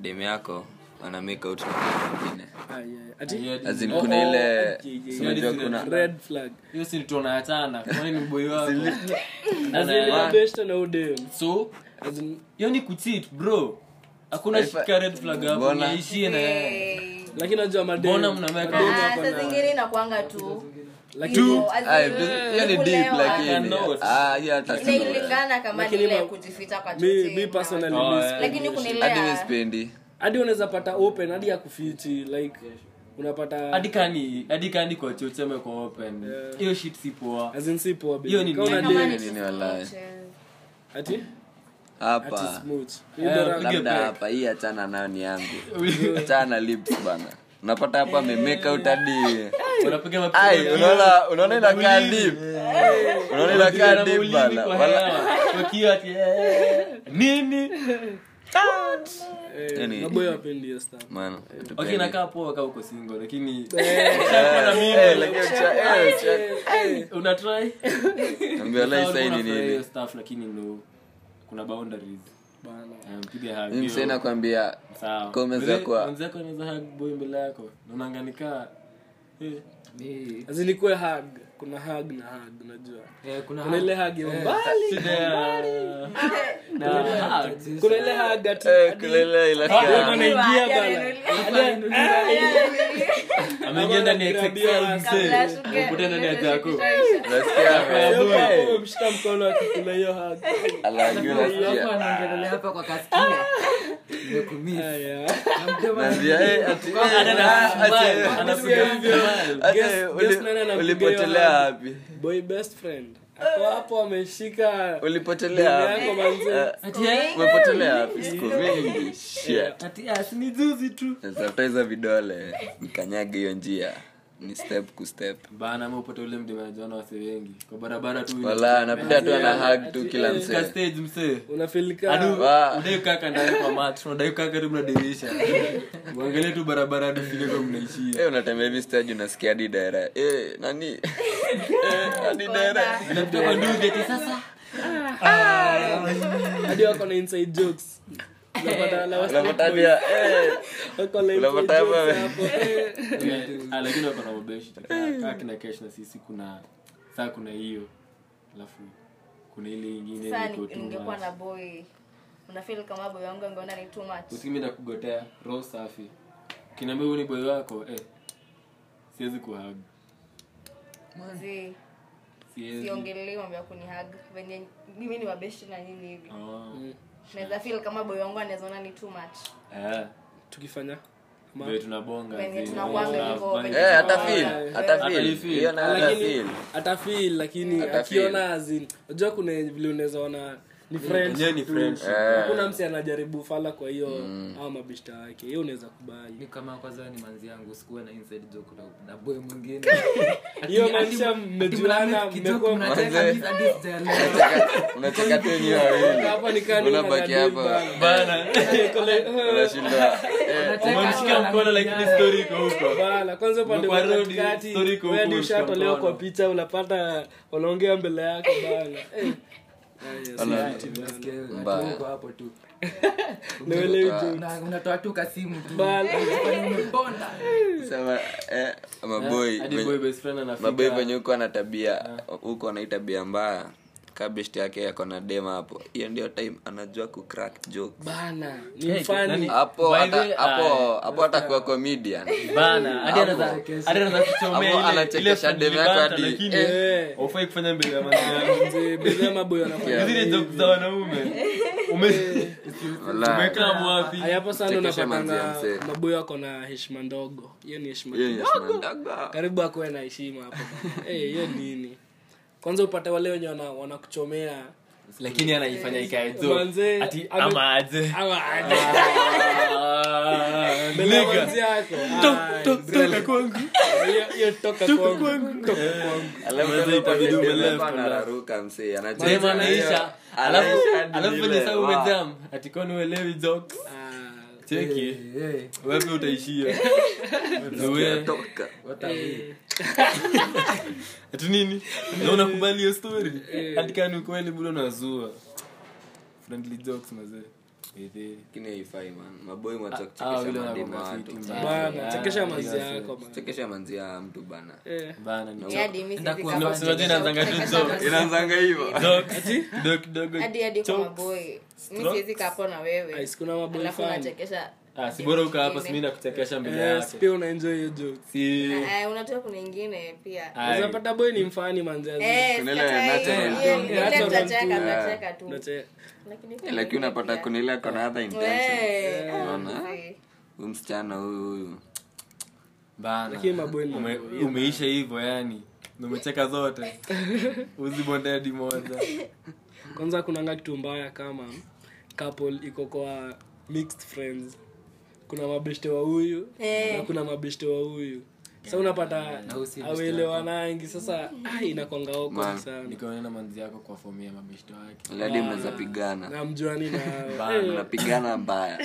Speaker 2: dem yako ana make out na mtu mwingine
Speaker 3: Ah, yeah. Ati- Oh,
Speaker 2: As in kuna ile
Speaker 4: okay, Oh, yeah, yeah.
Speaker 2: unajua kuna
Speaker 3: red flag
Speaker 4: hiyo si tunaachana kwani ni boy wako
Speaker 3: As in,
Speaker 4: Ana-
Speaker 3: ya best na udem.
Speaker 4: so
Speaker 3: As in,
Speaker 4: hiyo ni kucheat bro hakuna
Speaker 2: Haifa-
Speaker 4: shika red flag hapo
Speaker 2: Mbona?
Speaker 4: niishie na yeye.
Speaker 6: Hey.
Speaker 3: lakini najua madem-
Speaker 4: mbona mnameka
Speaker 6: Ah, saa zingine inakuanga tu
Speaker 3: lakini-
Speaker 6: hivyo, as in,
Speaker 2: Ah, hiyo ni deep
Speaker 6: kulewa.
Speaker 2: lakini
Speaker 4: Cannot.
Speaker 2: ah hiyo hata
Speaker 6: Na inalingana kama ni ile
Speaker 3: ma-
Speaker 6: kujificha kwa
Speaker 3: mi-
Speaker 6: chochote
Speaker 3: mi
Speaker 6: na-
Speaker 3: personally
Speaker 4: Oh,
Speaker 3: mi-
Speaker 4: yeah.
Speaker 6: lakini kuna ile
Speaker 2: hadi mi
Speaker 6: ya-
Speaker 2: sipendi
Speaker 3: hadi unaweza pata open hadi ya kufichi like unapata
Speaker 4: hadi kani hadi kani kwa chocheme kwa open hiyo shit si poa
Speaker 3: as in si poa baby.
Speaker 4: Hiyo ni
Speaker 3: Kama una
Speaker 4: nini?
Speaker 3: date-
Speaker 6: kama ni
Speaker 2: Nini walahi.
Speaker 6: tusipoche.
Speaker 3: ati ati
Speaker 2: hapa
Speaker 3: smooth
Speaker 4: Eh, piga
Speaker 2: labda
Speaker 4: break.
Speaker 2: hapa hii achana nayo ni yangu achana lips bana unapata hapa amemake out hadi
Speaker 4: unapiga mapigo
Speaker 2: ai
Speaker 4: na-
Speaker 2: unaona unaona inakaa deep unaona inakaa
Speaker 4: Unapiga na
Speaker 2: deep bana
Speaker 4: ulimi kwa
Speaker 2: Wala-
Speaker 4: hewa. Kwa kioo ati, eh, nini
Speaker 3: Eh,
Speaker 2: Yaani-
Speaker 3: maboy wapendi hiyo stuff.
Speaker 2: Mano,
Speaker 4: okay
Speaker 2: tupende.
Speaker 4: nakaa poa kaa uko single lakini
Speaker 2: Eh, eh, lakini ucha- eh, ucha-
Speaker 4: una try
Speaker 2: Naambia lai
Speaker 4: Sawa,
Speaker 2: sahi ni
Speaker 4: unafurahia hiyo
Speaker 2: nini
Speaker 4: stuff lakini no kuna boundaries
Speaker 3: Bana.
Speaker 4: Eh, mpige hug,
Speaker 2: Mimi
Speaker 4: hiyo.
Speaker 2: msee nakwambia
Speaker 4: Sawa.
Speaker 2: kwa umeweza
Speaker 4: Mzee-
Speaker 2: kuwa-
Speaker 4: mwenzako anaweza hug boy mbele yako nananganikaa
Speaker 3: As in ikuwe hug kuna hug na hug unajua kuna ile hug ya mbali,
Speaker 4: shida ya na hug.
Speaker 3: kuna ile hug ati-
Speaker 2: eh,
Speaker 3: hadi-
Speaker 2: kulele
Speaker 3: hadi
Speaker 2: inasikia
Speaker 3: anaingia
Speaker 6: Hadi
Speaker 3: bala.
Speaker 6: anunuliwa.
Speaker 3: Hadi-
Speaker 4: ameingia ndani ya
Speaker 3: Anakuambia,
Speaker 4: XXL mzee.
Speaker 6: Kabla suge-
Speaker 4: Amekuta ndani ya jako.
Speaker 2: nasikia
Speaker 3: Hapo hapo
Speaker 2: eh,
Speaker 3: umemshika mkono akikula hiyo hug.
Speaker 2: alafu nasikia
Speaker 8: anaongelelea hapa kwa kaskia nimekumiss
Speaker 3: Haya.
Speaker 2: naambia eh ati
Speaker 4: Ana-
Speaker 2: eh,
Speaker 4: ana-
Speaker 2: ah, ati,
Speaker 4: smile,
Speaker 2: eh,
Speaker 4: anapiga hivyo.
Speaker 2: ati,
Speaker 3: Guess-
Speaker 2: eh,
Speaker 3: guess
Speaker 2: uli-
Speaker 3: nani anapiga
Speaker 2: ulipotelea
Speaker 3: hiyo hug?
Speaker 2: wapi
Speaker 3: boy best friend ako hapo ameshika
Speaker 2: ulipotelea
Speaker 3: yako
Speaker 2: wapi
Speaker 3: manze
Speaker 2: Eh, umepotelea wapi siku mingi shit
Speaker 4: Ati, ah, si ni juzi tu
Speaker 2: Sasa hizo vidole nikanyage hiyo njia ni step ku step
Speaker 4: bana ama upate ule mdema anajuana wase wengi kwa barabara tu
Speaker 2: wala napita tu ana hug tu
Speaker 3: Eh,
Speaker 2: kila
Speaker 4: Fika
Speaker 2: msee
Speaker 4: stage msee
Speaker 3: unafilika
Speaker 2: Wa-
Speaker 4: udai kukaa kando yake kwa mat unadai kukaa karibu na dirisha uangalie tu barabara hadi ufike kwa mnaishia
Speaker 2: Eh, unatembea hivi stage unasikia hadi dara eh nani Eh, hadi dara
Speaker 4: Unapita kwa ndugu eti sasa
Speaker 3: hadi wako na inside jokes Unapata wala wasi-
Speaker 2: unapata hadi ya, eh
Speaker 3: wako na inside
Speaker 2: unapata hapa
Speaker 3: jokes
Speaker 2: we-
Speaker 3: hapo. Eh,
Speaker 4: Ah, lakini wako na mabeshi kaa kaa kina kesh na sisi kuna saa kuna hiyo alafu kuna ile ingine
Speaker 6: Sasa
Speaker 4: niko tu
Speaker 6: ningekuwa
Speaker 4: much.
Speaker 6: na boy unafeel kama boy wangu angeona ni too much
Speaker 4: usikimi nakugotea roho safi kinaambia huyu ni boy wako eh siwezi kuhag
Speaker 6: mzee
Speaker 4: siwezi
Speaker 6: siongelelei mambo ya kunihag venye mimi ni wabeshi na nini hivi
Speaker 4: oh.
Speaker 6: Mm. naweza feel kama boy wangu anawezaona ni too much
Speaker 4: eh
Speaker 3: tukifanya Ma-
Speaker 4: ndio tunabonga
Speaker 6: Venye
Speaker 4: zile,
Speaker 6: tunakuanga
Speaker 4: tuna
Speaker 6: hivyo,
Speaker 4: vibe.
Speaker 6: venye
Speaker 2: eh
Speaker 3: Ah,
Speaker 2: hata feel hata
Speaker 4: Hata
Speaker 2: feel
Speaker 4: ifeel.
Speaker 2: hiyo na hata
Speaker 3: lakini
Speaker 2: feel
Speaker 3: atafil lakini
Speaker 2: Ata
Speaker 3: akiona azin unajua kuna vile unaweza ona ni
Speaker 4: Yenyewe ni friends.
Speaker 2: Eh.
Speaker 3: kuna msi anajaribu fala kwa hiyo au mabishta wake hiyo unaweza
Speaker 8: ni
Speaker 3: kubali
Speaker 8: kama kwanza ni manzi yangu sikuwa na inside joke na- na boy mwingine
Speaker 3: hiyo maanisha mmejuana mmekuwa
Speaker 2: Unacheka- unacheka tu wenyewe wawili
Speaker 3: hapa nikani
Speaker 2: unabaki hapa
Speaker 4: bana
Speaker 2: unashinda eh
Speaker 4: umemshika mkono lakini story iko huko
Speaker 3: bala kwanza upande
Speaker 4: Umekuwa
Speaker 3: wa
Speaker 4: road,
Speaker 3: katikati
Speaker 4: story iko
Speaker 3: wewe
Speaker 4: huko,
Speaker 3: ndio
Speaker 4: ushika
Speaker 3: ushatolewa
Speaker 4: mkono.
Speaker 3: kwa picha unapata wanaongea mbele yako bala Eh. Haya, si ati bana.
Speaker 2: Mbaya.
Speaker 8: hapo tu
Speaker 3: Nielewi joke.
Speaker 8: Na- unatoa tu kasimu tu
Speaker 3: Bala.
Speaker 2: sema eh maboy
Speaker 4: hadi boy best friend anafika
Speaker 2: maboy venye huko ana tabia huko anai tabia mbaya kabest yake ako na dem hapo hiyo ndio time anajua ku crack jokes
Speaker 3: bana ni mfani
Speaker 4: nani-
Speaker 2: hapo
Speaker 4: By
Speaker 2: hata
Speaker 4: the- ah,
Speaker 2: hapo hapo atakuwa comedian
Speaker 4: bana hadi anaza hadi anaza kuchomea
Speaker 2: Hapo
Speaker 4: ile- ile
Speaker 2: anachekesha
Speaker 4: friendly
Speaker 2: dem yako
Speaker 4: banter,
Speaker 2: hadi,
Speaker 4: lakini
Speaker 2: eh.
Speaker 3: eh
Speaker 4: haufai kufanya mbele ya manzi
Speaker 3: mzee bidhaa maboy wanafanya
Speaker 4: zile joke za wanaume Ume-
Speaker 2: Wala.
Speaker 4: umekaa mwapi
Speaker 3: hayapo sana
Speaker 2: Chekesha manzi ya
Speaker 3: unapatanga
Speaker 2: mzee.
Speaker 3: maboy wako na heshima ndogo hiyo ni heshima
Speaker 2: Hiyo
Speaker 3: ndogo.
Speaker 2: yes, man.
Speaker 3: karibu akuwe na heshima hapo bana. Eh, hiyo nini kwanza upate wale wenye wana- wanakuchomea
Speaker 4: lakini anaifanya ikaezo
Speaker 3: Eh, Manze,
Speaker 4: ati
Speaker 3: ame-
Speaker 4: ama aje
Speaker 3: ama
Speaker 4: Ah,
Speaker 3: Mbele ya
Speaker 4: nigga.
Speaker 3: wenzi yako. Ah,
Speaker 4: To- toka kwangu.
Speaker 3: hiyo- hiyo toka kwangu. Toka
Speaker 4: Eh,
Speaker 3: kwangu.
Speaker 2: Alafu
Speaker 4: Unaweza
Speaker 2: tena
Speaker 4: itabidi
Speaker 2: kwa
Speaker 4: umeleft
Speaker 2: dereva
Speaker 4: on
Speaker 2: anararuka msee, anacheza
Speaker 4: Sema
Speaker 2: na hiyo.
Speaker 3: eh,
Speaker 4: maisha alafu
Speaker 2: Anaisha
Speaker 4: alafu
Speaker 2: nile,
Speaker 4: venye saa
Speaker 2: wow.
Speaker 4: umejam ati kwani uelewi jokes
Speaker 3: Ah,
Speaker 4: cheki
Speaker 3: eh.
Speaker 8: Hey,
Speaker 4: wewe utaishia Wewe.
Speaker 2: Toka.
Speaker 8: what are we?
Speaker 3: eh,
Speaker 4: ati nini na unakubali hiyo story
Speaker 3: Eh.
Speaker 4: hadi kani ukweli bado unazua friendly jokes mazee Ehe.
Speaker 2: Lakini haifai, man. Maboi mwacha
Speaker 4: Ah,
Speaker 2: kuchekesha
Speaker 4: vile
Speaker 2: mademu
Speaker 4: wanakuwa
Speaker 2: watu.
Speaker 4: fiti
Speaker 3: bana
Speaker 4: Ah,
Speaker 3: chekesha mazi
Speaker 4: yes,
Speaker 3: yako bana.
Speaker 2: Chekesha manzia mtu bana
Speaker 3: Eh,
Speaker 4: bana ni
Speaker 6: Eh, hadi mimi siwezi
Speaker 8: Ndakuwa-
Speaker 6: kama
Speaker 4: sinajua
Speaker 6: ndio-
Speaker 4: inaanzanga tu
Speaker 6: kama
Speaker 4: joke.
Speaker 6: ndio-
Speaker 2: inaanzanga hivo
Speaker 4: jokes kidogo kidogo
Speaker 6: hadi hadi kwa
Speaker 4: jokes.
Speaker 6: maboy mi siwezi kapo na wewe
Speaker 3: Ais, kuna maboi
Speaker 6: Eh, alafu
Speaker 3: fan.
Speaker 6: unachekesha
Speaker 4: Ah, si bora ukaa hapa simi nakuchekesha mbele
Speaker 3: eh,
Speaker 4: yako
Speaker 3: si pia unaenjoy hiyo joke.
Speaker 4: si
Speaker 6: Ah, unatoka kuna ingine pia
Speaker 4: Ai.
Speaker 3: Unaweza pata boy ni mfani manzi, azim.
Speaker 6: Eh,
Speaker 2: Kuna ile
Speaker 6: sikatai.
Speaker 2: natural
Speaker 6: Ile-
Speaker 2: thing.
Speaker 6: ile
Speaker 3: Natural
Speaker 6: tutacheka,
Speaker 3: thing.
Speaker 6: tutacheka tu.
Speaker 3: Unache-
Speaker 6: Lakini
Speaker 2: lakini unapata
Speaker 6: pia.
Speaker 2: kuna ile ako na other intention
Speaker 6: Eh, ah,
Speaker 2: Unaona?
Speaker 6: mzee.
Speaker 2: huyu msichana huyu huyu
Speaker 4: bana
Speaker 3: lakini maboi ni
Speaker 4: Ah. Ume, umeisha hivyo yani Na umecheka zote uzibonde hadi moja
Speaker 3: kwanza kunanga kitu mbaya kama couple iko kwa mixed friends kuna mabeshte wa huyu
Speaker 6: Eh.
Speaker 3: na kuna mabeshte wa huyu sa unapata
Speaker 8: usi beshte
Speaker 3: awelewanangi sasa
Speaker 6: Mm.
Speaker 3: ah, inakwanga awkward
Speaker 2: Man.
Speaker 3: sana
Speaker 4: nikaona na manzi yako kwa fomu ya mabeshto wake
Speaker 2: ladi mnaweza pigana
Speaker 3: namjuani na
Speaker 2: mnapigana mbaya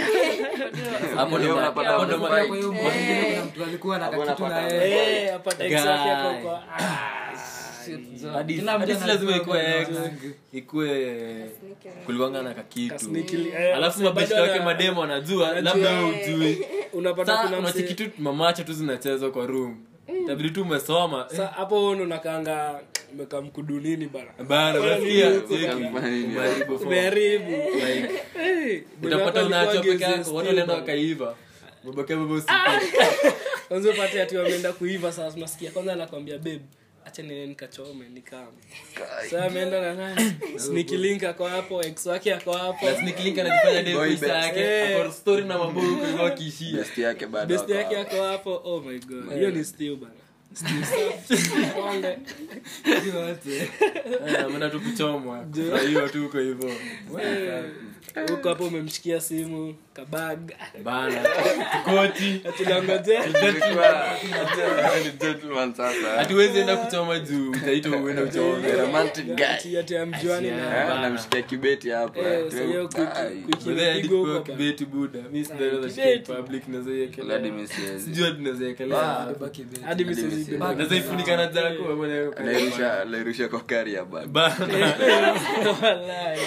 Speaker 4: hapo ndo
Speaker 2: Leo
Speaker 4: ma-
Speaker 2: unapata
Speaker 4: hapo ndo ma-
Speaker 8: Kwa hiyo mwingine kuna mtu alikuwa na
Speaker 2: Hakuna
Speaker 8: kakitu na
Speaker 2: pata-
Speaker 8: yeye.
Speaker 3: Eh, apata ex yake ako
Speaker 4: Guy.
Speaker 3: kwa- ah,
Speaker 8: Shit, zo.
Speaker 4: hadi-
Speaker 8: Kila mtu
Speaker 4: hadi si lazima
Speaker 8: anajua
Speaker 4: ikuwe ex,
Speaker 8: anaonangi.
Speaker 4: ikuwe kuliwanga na
Speaker 6: Mm.
Speaker 4: kakitu
Speaker 3: kasneakily, eh,
Speaker 4: alafu
Speaker 3: bado
Speaker 4: mabeshto wake
Speaker 3: ana-
Speaker 4: mademo anajua labda wewe ujui
Speaker 3: unapata
Speaker 4: Sasa
Speaker 3: kuna mse-
Speaker 4: unachiki tu mamacho tu zinachezwa kwa room tabidi tu umesoma
Speaker 3: sa- hapo wewe ndo unakaanga umekaa mkudulini bana
Speaker 4: Eh, bana basikia
Speaker 2: Kamfanya.
Speaker 3: umeharibu Eh, bwana
Speaker 4: utapata
Speaker 3: wako
Speaker 4: unaachwa
Speaker 3: alikuwa
Speaker 4: peke
Speaker 3: gezi
Speaker 4: yako watu
Speaker 3: still
Speaker 4: wanaenda
Speaker 3: bana.
Speaker 4: wakaiva babake baba usikie.
Speaker 3: kwanza upate ati wameenda kuiva sasa unasikia kwanza anakwambia babe acha niende nikachome nikam sasa ameenda na nani sneaky link ako hapo ex wake ako hapo
Speaker 4: Na sneak link anajifanya ndiye
Speaker 2: Boy
Speaker 4: kuisha
Speaker 2: best.
Speaker 4: yake ako story na mambo huko hivyo akiishia
Speaker 2: besti yake bado
Speaker 3: best
Speaker 2: wako
Speaker 3: yake
Speaker 2: hapo.
Speaker 3: ako hapo oh my god hiyo ni stew bana Stew safi. Onge.
Speaker 4: Eh, ameenda tu kuchomwa hiyo tu uko hivyo
Speaker 3: huko hapo umemshikia simu kabag
Speaker 4: bana koti
Speaker 3: tunangojea
Speaker 2: Ni gentleman sasa
Speaker 4: hatuwezi enda kuchoma juu utaitwa uende
Speaker 2: Eh.
Speaker 4: uchome
Speaker 2: romantic guy
Speaker 3: ati ati amjuani
Speaker 2: Eh,
Speaker 3: na
Speaker 2: anamshikia kibeti hapa
Speaker 3: Eh, sasa hiyo kuki-
Speaker 2: Ai,
Speaker 3: kuki-
Speaker 4: Mzee hadi
Speaker 3: pigo
Speaker 4: kwa
Speaker 3: huko bana.
Speaker 4: kibeti buda mi sijaelewa za
Speaker 3: Kibeti.
Speaker 4: shit public nazoiekelea
Speaker 2: ladi mimi siwezi
Speaker 4: sijui tunazoekelea
Speaker 8: Baki be-
Speaker 3: hadi misezi
Speaker 2: Mimi
Speaker 3: bebe.
Speaker 4: nazaifunika na zako wewe mwenyewe kwa-
Speaker 2: Anairusha- anairusha kwa kari ya baba
Speaker 4: Bana. Eh,
Speaker 3: Walai.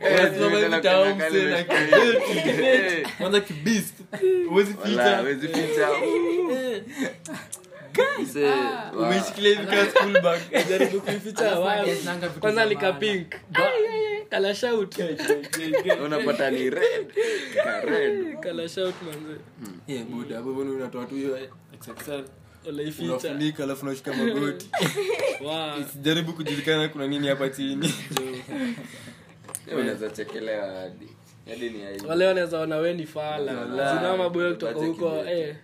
Speaker 4: Lazima
Speaker 2: Eh,
Speaker 4: mimi
Speaker 2: tena
Speaker 4: tao
Speaker 2: kuna
Speaker 4: msee na
Speaker 2: kale-
Speaker 4: kibeti.
Speaker 2: Eh,
Speaker 4: kwanza kibist huwezi
Speaker 2: wala,
Speaker 4: picha
Speaker 2: hawezi picha. Msee,
Speaker 4: ah.
Speaker 2: wow.
Speaker 4: umeishikilia hivi kama school bag
Speaker 3: jaribu kuificha wapi? kwanza nikapink kalashaut
Speaker 2: unapata ni red Ka red.
Speaker 3: kalashaut manze
Speaker 4: Eh, buda hapo mbona unatoa tu hiyo XXL
Speaker 3: ulaificha
Speaker 4: unafunika alafu unashika magoti
Speaker 3: Wow.
Speaker 4: sijaribu kujulikana kuna nini hapa chini
Speaker 2: Eh, unaweza chekelewa hadi hadi ni aibu.
Speaker 3: wale wanaweza ona we ni fala zinao maboyo kutoka
Speaker 2: Wache
Speaker 3: huko
Speaker 2: kibeti.
Speaker 3: eh,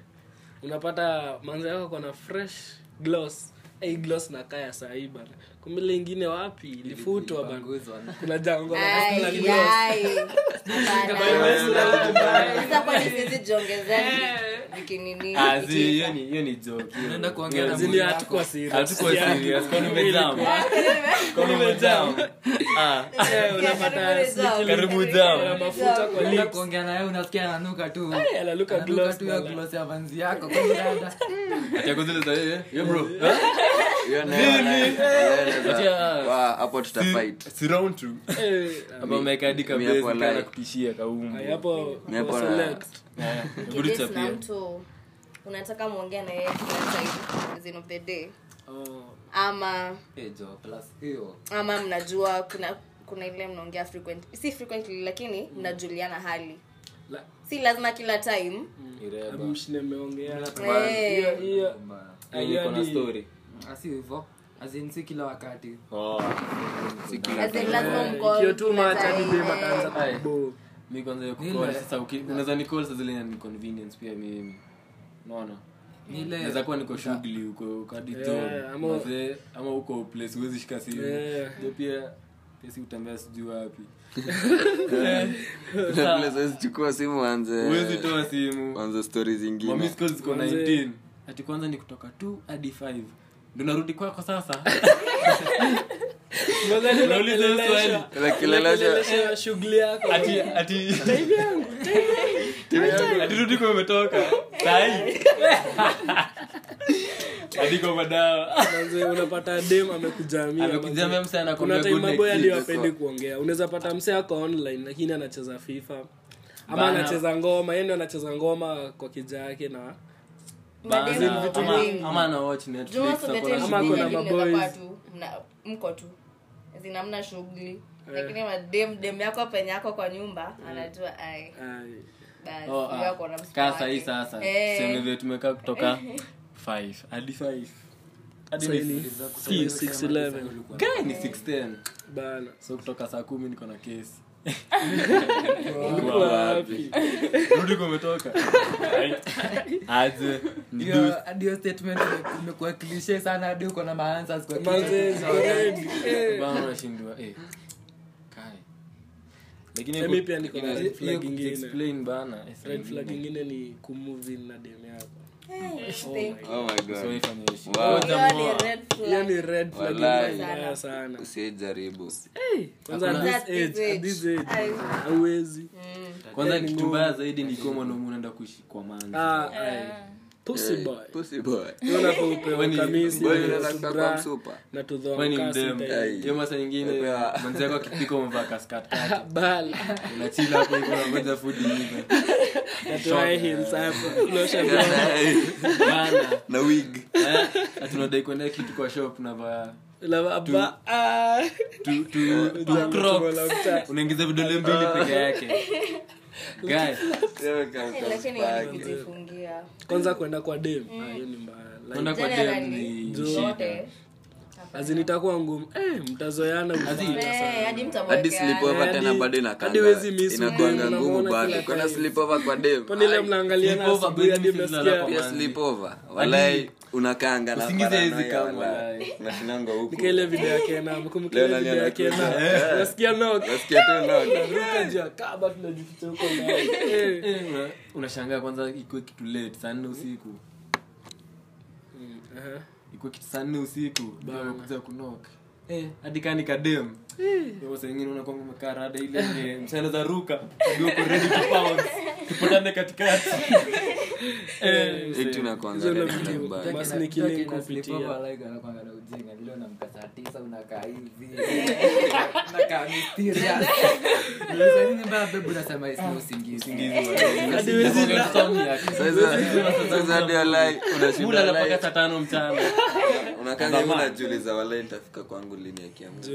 Speaker 3: unapata manze yako kona fresh gloss Hey, gloss na kaya sahii bana kumile ingine wapi ilifutwa bana
Speaker 8: Panguzwa.
Speaker 3: kuna jango
Speaker 6: Ai,
Speaker 3: la gloss
Speaker 6: ai. Hapana. Sasa kwani siwezi jiongezea vikinini?
Speaker 4: Ah, zi, hiyo ni hiyo ni joke hiyo.
Speaker 8: Unaenda kuongea na
Speaker 3: zini
Speaker 8: mwili yako.
Speaker 3: hatukuwa serious
Speaker 4: hatuko serious kwani umejam kwani umejam ah
Speaker 3: Eh, unapata
Speaker 6: Karibu zao.
Speaker 3: sneaky
Speaker 4: karibu
Speaker 3: link
Speaker 4: jam
Speaker 3: na mafuta kwa
Speaker 8: Unaenda
Speaker 3: lips
Speaker 8: kuongea naye unasikia ananuka tu
Speaker 3: Eh, ananuka
Speaker 8: Ananuka
Speaker 3: gloss
Speaker 8: tu ya
Speaker 3: bana.
Speaker 8: gloss ya vanzi yako kwa dada.
Speaker 4: acha kuzile za yeye yo bro
Speaker 2: Hiyo nayo wala- wala-
Speaker 4: Acha-
Speaker 2: Wa, hapo tuta fight.
Speaker 4: si round two
Speaker 3: Eh,
Speaker 4: hapa umeweka hadi
Speaker 2: mi hapo
Speaker 4: kabezi kana
Speaker 2: like.
Speaker 4: kutishia kaumbo
Speaker 3: hai, hapo
Speaker 2: Ni hapo
Speaker 3: kwa
Speaker 2: na-
Speaker 3: select.
Speaker 4: Eh,
Speaker 6: Kidate
Speaker 4: burucha
Speaker 6: na
Speaker 4: pia
Speaker 6: mtu unataka mwongea na yeye kila time, zin of the day
Speaker 3: Oh.
Speaker 6: ama
Speaker 8: Eh, jo, plus hiyo.
Speaker 6: ama mnajua kuna kuna ile mnaongea frequent si frequently lakini mnajuliana hali
Speaker 3: La-
Speaker 6: si lazima kila time
Speaker 3: mshine meongea
Speaker 6: Eh,
Speaker 3: hiyo
Speaker 4: Yenye iko na
Speaker 3: hadi-
Speaker 4: story
Speaker 8: Asi hivyo. As in, si kila wakati
Speaker 4: oh
Speaker 2: Si kila
Speaker 6: as in
Speaker 2: time.
Speaker 6: lazima mko-
Speaker 3: Eh, ikiwa tu
Speaker 6: kila
Speaker 3: macha
Speaker 6: time,
Speaker 3: didem
Speaker 6: eh.
Speaker 3: ataanza kubo
Speaker 4: mi kwanza hiyo
Speaker 8: Ni
Speaker 4: kucall
Speaker 8: ile-
Speaker 4: sasa uki- unaweza ni call saa zile ni convenience pia mimi unaona
Speaker 8: Ni ile- Eh,
Speaker 4: naweza kuwa niko shughuli huko kadizo
Speaker 3: Yeah, ama-
Speaker 4: mazee ama huko place huwezi shika simu
Speaker 8: Eh.
Speaker 3: Yeah.
Speaker 4: ndio pia pia si utembea sijui wapi
Speaker 2: Vile siwezi chukua simu
Speaker 4: huwezi
Speaker 2: anze
Speaker 4: toa simu
Speaker 2: anze stori zingine
Speaker 4: mamisco ziko
Speaker 3: Manze.
Speaker 4: 19 ati kwanza ni kutoka 2 hadi 5 ndo narudi kwako sasa
Speaker 3: Ngoja
Speaker 4: Unauliza hiyo
Speaker 3: ninakelelesha.
Speaker 4: swali.
Speaker 2: Unakelelesha.
Speaker 3: Unakelelesha eh, shughuli yako
Speaker 4: ati ati ati rudi kwa umetoka sai ati kwa madawa
Speaker 3: Manze, unapata dem amekujamia
Speaker 4: amekuja
Speaker 3: manze.
Speaker 4: mem sana
Speaker 3: kuna
Speaker 4: kwa
Speaker 3: time maboy hadi wapendi kuongea unaweza pata msee ako online lakini anacheza fifa ama
Speaker 4: Bana.
Speaker 3: anacheza ngoma yeye ndio anacheza ngoma kwa kija yake na
Speaker 6: Mademu vitu vingi.
Speaker 4: ama ana watch netflix na kuna
Speaker 3: Ama
Speaker 4: shughuli.
Speaker 3: kuna maboys.
Speaker 6: mko tu zinamna shughuli lakini madem dem yako penye yako kwa nyumba anajua ai
Speaker 3: ai,
Speaker 6: basi,
Speaker 4: Oh,
Speaker 6: huyo
Speaker 4: ah.
Speaker 6: ako na msichana wake.
Speaker 4: kaa sahii sasa
Speaker 6: Eh.
Speaker 4: seme vile tumekaa kutoka
Speaker 8: Eh.
Speaker 4: 5 hadi 5 hadi ni
Speaker 3: sijui 611
Speaker 4: Guy ni 610
Speaker 3: bana
Speaker 4: so kutoka saa kumi niko na kesi
Speaker 3: wapi
Speaker 4: rudi kumetoka aje
Speaker 8: hiyo hadi hiyo statement ime- imekuwa cliche sana hadi uko na maanswers kwa kila
Speaker 3: manze
Speaker 8: kitu.
Speaker 3: ziko ready Eh.
Speaker 4: nashindwa
Speaker 3: Eh, mi pia niko na red flag ingine. red flag ingine ni kumove na dem yako
Speaker 2: Oh my God.
Speaker 6: Hiyo ni red flag. Eh,
Speaker 3: hiyo ni red flag
Speaker 2: Walai.
Speaker 3: mbaya sana
Speaker 2: usijaribu
Speaker 3: kwanza at
Speaker 6: Hakuna-
Speaker 3: this age at this age Mm.
Speaker 6: Ai.
Speaker 3: hauwezi
Speaker 4: kwanza kitu mbaya zaidi ni kuwa mwanaume unaenda kuishi kwa manzi
Speaker 3: ah ai. pussy boy
Speaker 2: Pussy boy.
Speaker 3: unafaa upewe
Speaker 4: Kwani-
Speaker 3: kamisi
Speaker 2: Boy,
Speaker 3: upewe
Speaker 2: unataka
Speaker 3: subra,
Speaker 2: kuwa msupa.
Speaker 3: na
Speaker 4: We ni
Speaker 3: tudhoa
Speaker 4: mdem
Speaker 2: Ai.
Speaker 4: hiyo masa nyingine
Speaker 2: Upewa-
Speaker 4: manzi yako akipika umevaa kaskatkati
Speaker 3: bala
Speaker 4: unachila hapo hivyo unangoja food iive
Speaker 3: natoae hints hapo unaosha
Speaker 4: bana
Speaker 2: na wig
Speaker 4: eh, ati unadai kuendea kitu kwa shop unavaa
Speaker 3: lava ah
Speaker 4: tu- tu- tu crocs. unaingiza vidole mbili peke yake Guys,
Speaker 6: Eh, lakini hiyo ni kujifungia
Speaker 3: kwanza kwenda kwa dem Ah, hiyo ni mbaya
Speaker 4: kwenda
Speaker 3: Like,
Speaker 4: kwa dem
Speaker 6: Generally,
Speaker 4: ni shida
Speaker 6: zote
Speaker 3: azin itakuwa ngumu eh mtazoeana ubaya
Speaker 6: Eh, hadi
Speaker 2: hadi
Speaker 6: mtaboekeana
Speaker 2: slipova tena
Speaker 3: Hadi-
Speaker 2: bado
Speaker 3: hadi huwezi miss
Speaker 2: inakangainakwanga
Speaker 3: mdem,
Speaker 2: ngumu
Speaker 3: unaona
Speaker 2: bado
Speaker 3: kila
Speaker 2: kwenda
Speaker 3: time.
Speaker 2: slipova kwa dem
Speaker 3: kwani ile
Speaker 2: Ai,
Speaker 3: mnaangaliana
Speaker 4: Sleepover,
Speaker 3: asubuhi hadi
Speaker 4: bedroom sila
Speaker 3: mnasikia
Speaker 4: lako.
Speaker 2: pia slipova walai unakanga na
Speaker 4: Usingizi haizi
Speaker 2: paranoia,
Speaker 4: kama,
Speaker 2: walai.
Speaker 4: walai.
Speaker 2: Unashindanga huku.
Speaker 3: Nika ile video ya Kena, mkumbuka
Speaker 2: Leo
Speaker 3: ile
Speaker 2: nani
Speaker 3: video ya
Speaker 2: anakuja?
Speaker 3: Kena.
Speaker 2: Eh.
Speaker 3: Nasikia knock.
Speaker 2: Nasikia tu note.
Speaker 3: Tunaruka juu ya kaba, tunajificha huko ndani. Eh.
Speaker 4: Eh, una- unashangaa kwanza ikuwe kitu late saa nne usiku
Speaker 3: Aha.
Speaker 4: ikuwe kitu saa nne usiku ndio amekuja kunok Eh, hadi kani kadem saingine unakwanga umekaa rada ile yenye mchana za ruka ndio uko ready to pounce tupatane katikati Eh,
Speaker 2: Hii tu inakuanga
Speaker 3: Hizo
Speaker 2: red
Speaker 3: ndio
Speaker 2: flag
Speaker 3: video.
Speaker 2: bado.
Speaker 3: Mas
Speaker 8: Na-
Speaker 3: ni killing
Speaker 8: token na
Speaker 3: kupitia.
Speaker 8: sleepover, like, wanakuanga na ujinga. Leo unamka saa tisa, unakaa hivi. Unakaa mysterious. Saa hizi mbaya, babe, unasema it's no usingizi.
Speaker 3: Hadi huwezi la-
Speaker 2: Sasa- sasa hadi walai, unashinda
Speaker 4: mula
Speaker 2: walai.
Speaker 4: napaka saa tano mchana
Speaker 2: unakanga hivi unajiuliza walai nitafika kwangu lini akiamka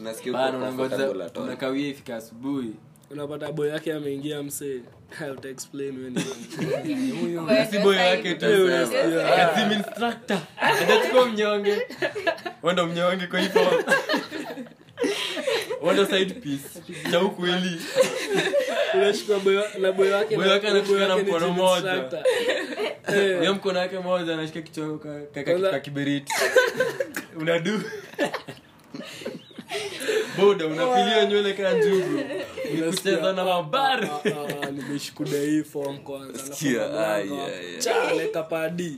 Speaker 2: unasikia uko
Speaker 4: bana
Speaker 2: comfortable
Speaker 4: unangoja
Speaker 2: at all.
Speaker 4: unakawia ifika asubuhi
Speaker 3: unapata boy yake ameingia msee utaexplain wewe ni nani.
Speaker 4: nasibo yake tu
Speaker 2: Wewe
Speaker 4: Gym instructor. Atachukua mnyonge wendo mnyonge kwa hivyo wendo side piece cha ukweli
Speaker 3: unashikwa boy wa- na boy wake
Speaker 4: Boy wake anashikwa na
Speaker 3: wake ni Eh.
Speaker 4: mkono
Speaker 3: gym
Speaker 4: mmoja.
Speaker 3: instructor.
Speaker 4: hiyo mkono wake moja anashika kichwa ka- ka- ka-
Speaker 3: Kwanza-
Speaker 4: ka kiberiti unadu boda unapilia nywele kaa njugu Ni kucheza na mabari
Speaker 3: Ah, ah, nimeshikuda hii form kwanza
Speaker 2: Sikia,
Speaker 3: Anafunga
Speaker 2: ai,
Speaker 3: mlango.
Speaker 2: ai, ai.
Speaker 3: Chale, kapadi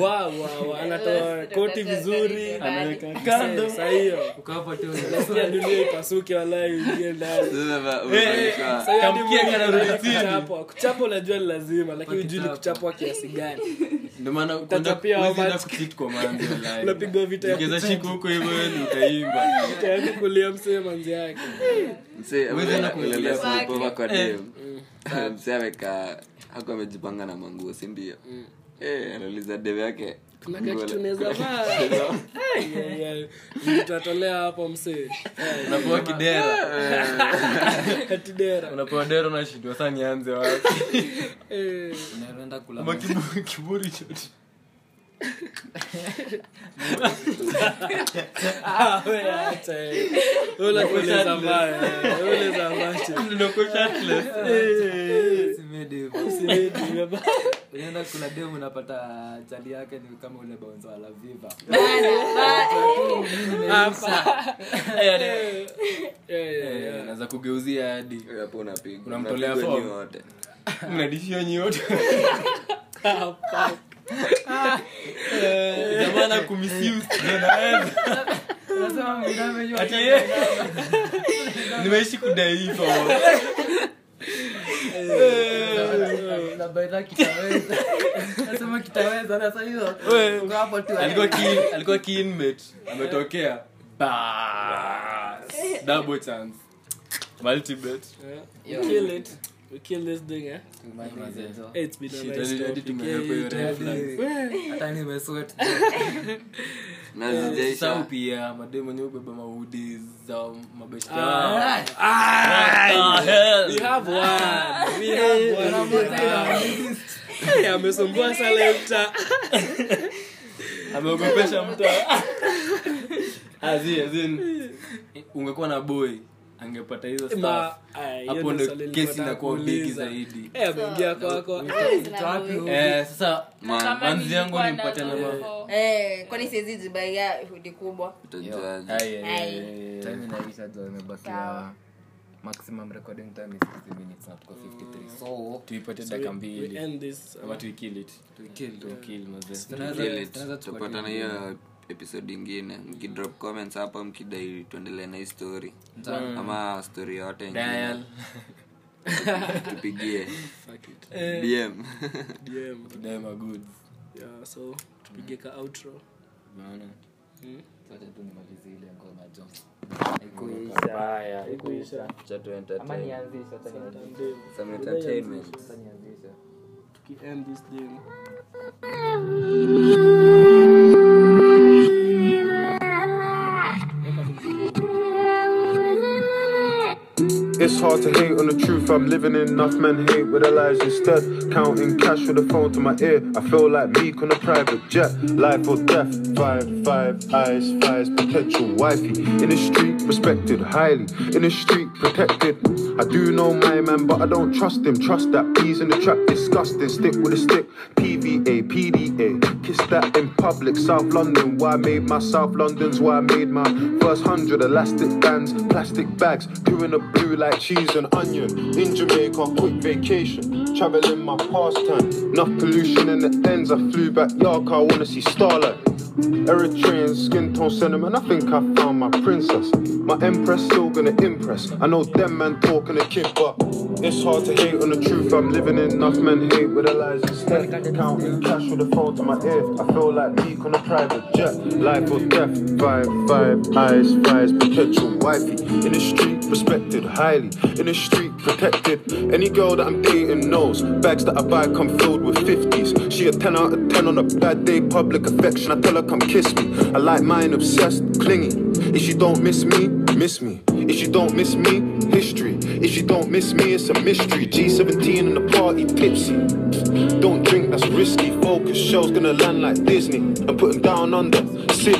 Speaker 3: Wa, wa, wa, anatoa
Speaker 6: Yes,
Speaker 3: koti
Speaker 6: tutatoa
Speaker 3: vizuri
Speaker 6: koti.
Speaker 4: anaweka kando
Speaker 3: Sasa hiyo
Speaker 8: Ukawa tu-
Speaker 3: nasikia dunia ipasuke walai uingie ndani
Speaker 2: Sasa ba-
Speaker 4: eh.
Speaker 2: unaonyeshwa-
Speaker 3: Sasa hadi
Speaker 4: Kamkia
Speaker 3: mwenyewe
Speaker 4: kanarudi
Speaker 3: unataka
Speaker 4: chini.
Speaker 3: Yaani kuchapwa. kuchapwa unajua ni lazima lakini ujui ni kuchapwa kiasi gani
Speaker 4: ndio maana
Speaker 3: Utachapia how
Speaker 4: kuenda
Speaker 3: much?
Speaker 4: kuchit kwa manzi walai.
Speaker 3: Unapigwa vita ya
Speaker 4: Ukiweza
Speaker 3: kuchit.
Speaker 4: shiku huko hivyo wewe ndio utaimba
Speaker 3: tayari kulia msee manzi yake
Speaker 2: Msee,
Speaker 4: Huwezi
Speaker 2: amelala-
Speaker 4: na kuingia
Speaker 2: amelala
Speaker 6: kwake.
Speaker 2: sleepover kwa
Speaker 8: Eh.
Speaker 2: dem.
Speaker 8: Mm.
Speaker 2: Msee amekaa haku amejipanga na manguo si ndio
Speaker 8: Mm.
Speaker 2: Eh, anauliza dem yake
Speaker 3: kuna
Speaker 2: nguo
Speaker 3: kitu
Speaker 2: la-
Speaker 3: unaweza vaa Yeah, yeah. nitatolea hapo msee
Speaker 4: unapewa kidera
Speaker 3: katidera
Speaker 4: unapewa dera unashindwa saa nianze wapi
Speaker 3: Eh,
Speaker 8: Unaenda kula
Speaker 4: ama kibu- kiburi chote
Speaker 3: ah, we acha, eh. Wewe unakueleza mbaya, eh. Wewe unaeleza mbaya.
Speaker 4: Ndio uko shirtless.
Speaker 8: simedi hivo.
Speaker 3: Usinidi, nimeba-
Speaker 8: Unaenda kuna dem unapata chali yake ni kama ule bonzo wa la viva
Speaker 4: Eh, anaweza kugeuzia hadi
Speaker 2: hapo unapigwa
Speaker 4: Unamtolea
Speaker 2: Unapigwa
Speaker 4: form.
Speaker 2: nyinyi
Speaker 8: Eh,
Speaker 2: wote
Speaker 4: mnadishia nyote Eh, jamana kumisiuse
Speaker 8: Unasema mdame nyua-
Speaker 4: Ati yeye. nimeishi kudaifa
Speaker 8: Na baidha kitaweza. Unasema kitaweza na sasa hiyo. Uko hapo tu.
Speaker 4: alikuwa ki- alikuwa ki inmate ametokea Bas. double chance multibet
Speaker 8: Yo.
Speaker 3: We kill it. We kill this thing, eh?
Speaker 8: Tumalize hizo.
Speaker 3: Eh, It's been a
Speaker 4: Shit,
Speaker 3: nice
Speaker 4: hadi- hadi
Speaker 3: topic. eh,
Speaker 4: tumehepa hiyo
Speaker 3: Yeah,
Speaker 4: red flag.
Speaker 3: yeah, yeah.
Speaker 8: Hata nimesweat.
Speaker 2: na
Speaker 4: sau
Speaker 2: zijaisha
Speaker 4: pia mademu wenyewe hubeba maudi za mabeshte
Speaker 3: Ah. We have one. We have one. Eh, amesumbua salemta
Speaker 4: ameogopesha mtu As in- as in, ungekuwa na boy angepata hizo stuff. hapo ndo kesi inakuwa bigi zaidi
Speaker 3: ameingia kwako
Speaker 4: Eh, sasa
Speaker 7: Na kama
Speaker 4: manzi
Speaker 7: nilikuwa
Speaker 4: yangu
Speaker 7: na
Speaker 4: nimpatie na
Speaker 7: roho,
Speaker 6: Eh, kwani siwezi jibaia hudi kubwa
Speaker 8: Eh,
Speaker 2: utajaji
Speaker 4: Ai, ai, ai, ai.
Speaker 8: Time inaisha tu imebakia maximum recording time is 60 minutes not kwa 53. So
Speaker 4: tuipate dakika
Speaker 3: We
Speaker 4: mbili
Speaker 3: end this.
Speaker 4: ama tuikill it
Speaker 8: we kill tu.
Speaker 4: Kill, mazee.
Speaker 8: Tunaweza
Speaker 2: tupatana hiyo episode ingine mkidrop comments hapa mkidai tuendelee na hii story
Speaker 3: Mm.
Speaker 2: ama story yote ingine
Speaker 4: Dial.
Speaker 2: tupigie
Speaker 3: Fuck it.
Speaker 2: dm
Speaker 3: DM.
Speaker 4: Dai ma goods.
Speaker 3: Yeah, so tupige ka outro.
Speaker 4: Unaona?
Speaker 8: tuache tu nimalize ile ngoma jo.
Speaker 2: Cha tu entertain-
Speaker 3: Ndio.
Speaker 2: some entertainment
Speaker 3: Tuki end this thing.
Speaker 1: It's hard to hate on the truth I'm living in. Enough men hate with their lies instead. Counting cash with a phone to my ear. I feel like Meek on a private jet. Life or death. Five, five, eyes, fires, perpetual wifey. In the street, respected highly. In the street, protected. I do know my man, but I don't trust him. Trust that bees in the trap, disgusting. Stick with a stick. PVA, PDA. Kiss that in public. South London, why I made my South London's why I made my first hundred elastic bands, plastic bags, doing the blue like cheese and onion. In Jamaica, quick vacation, traveling my pastime. Enough pollution in the ends, I flew back York, I wanna see starlight. Eritrean skin tone sentiment, I think I found my princess. My empress still gonna impress. I know them man talking a kid, but it's hard to hate on the truth I'm living in. Enough men hate with their lies instead. Counting cash with a phone to my ear. I feel like Meek on a private jet. Life or death, five, five, eyes, fires, potential wifey. In the street, respected highly. In the street, protected. Any girl that I'm dating knows. Bags that I buy come filled with 50s. She a 10 out of 10 on a bad day, public affection. I tell her, come kiss me. I like mine obsessed, clingy. If she don't miss me, miss me. If she don't miss me, history. If she don't miss me, it's a mystery. G17 in the party, tipsy. Don't drink, that's risky. Focus, show's gonna land like Disney. I'm putting down under. Sit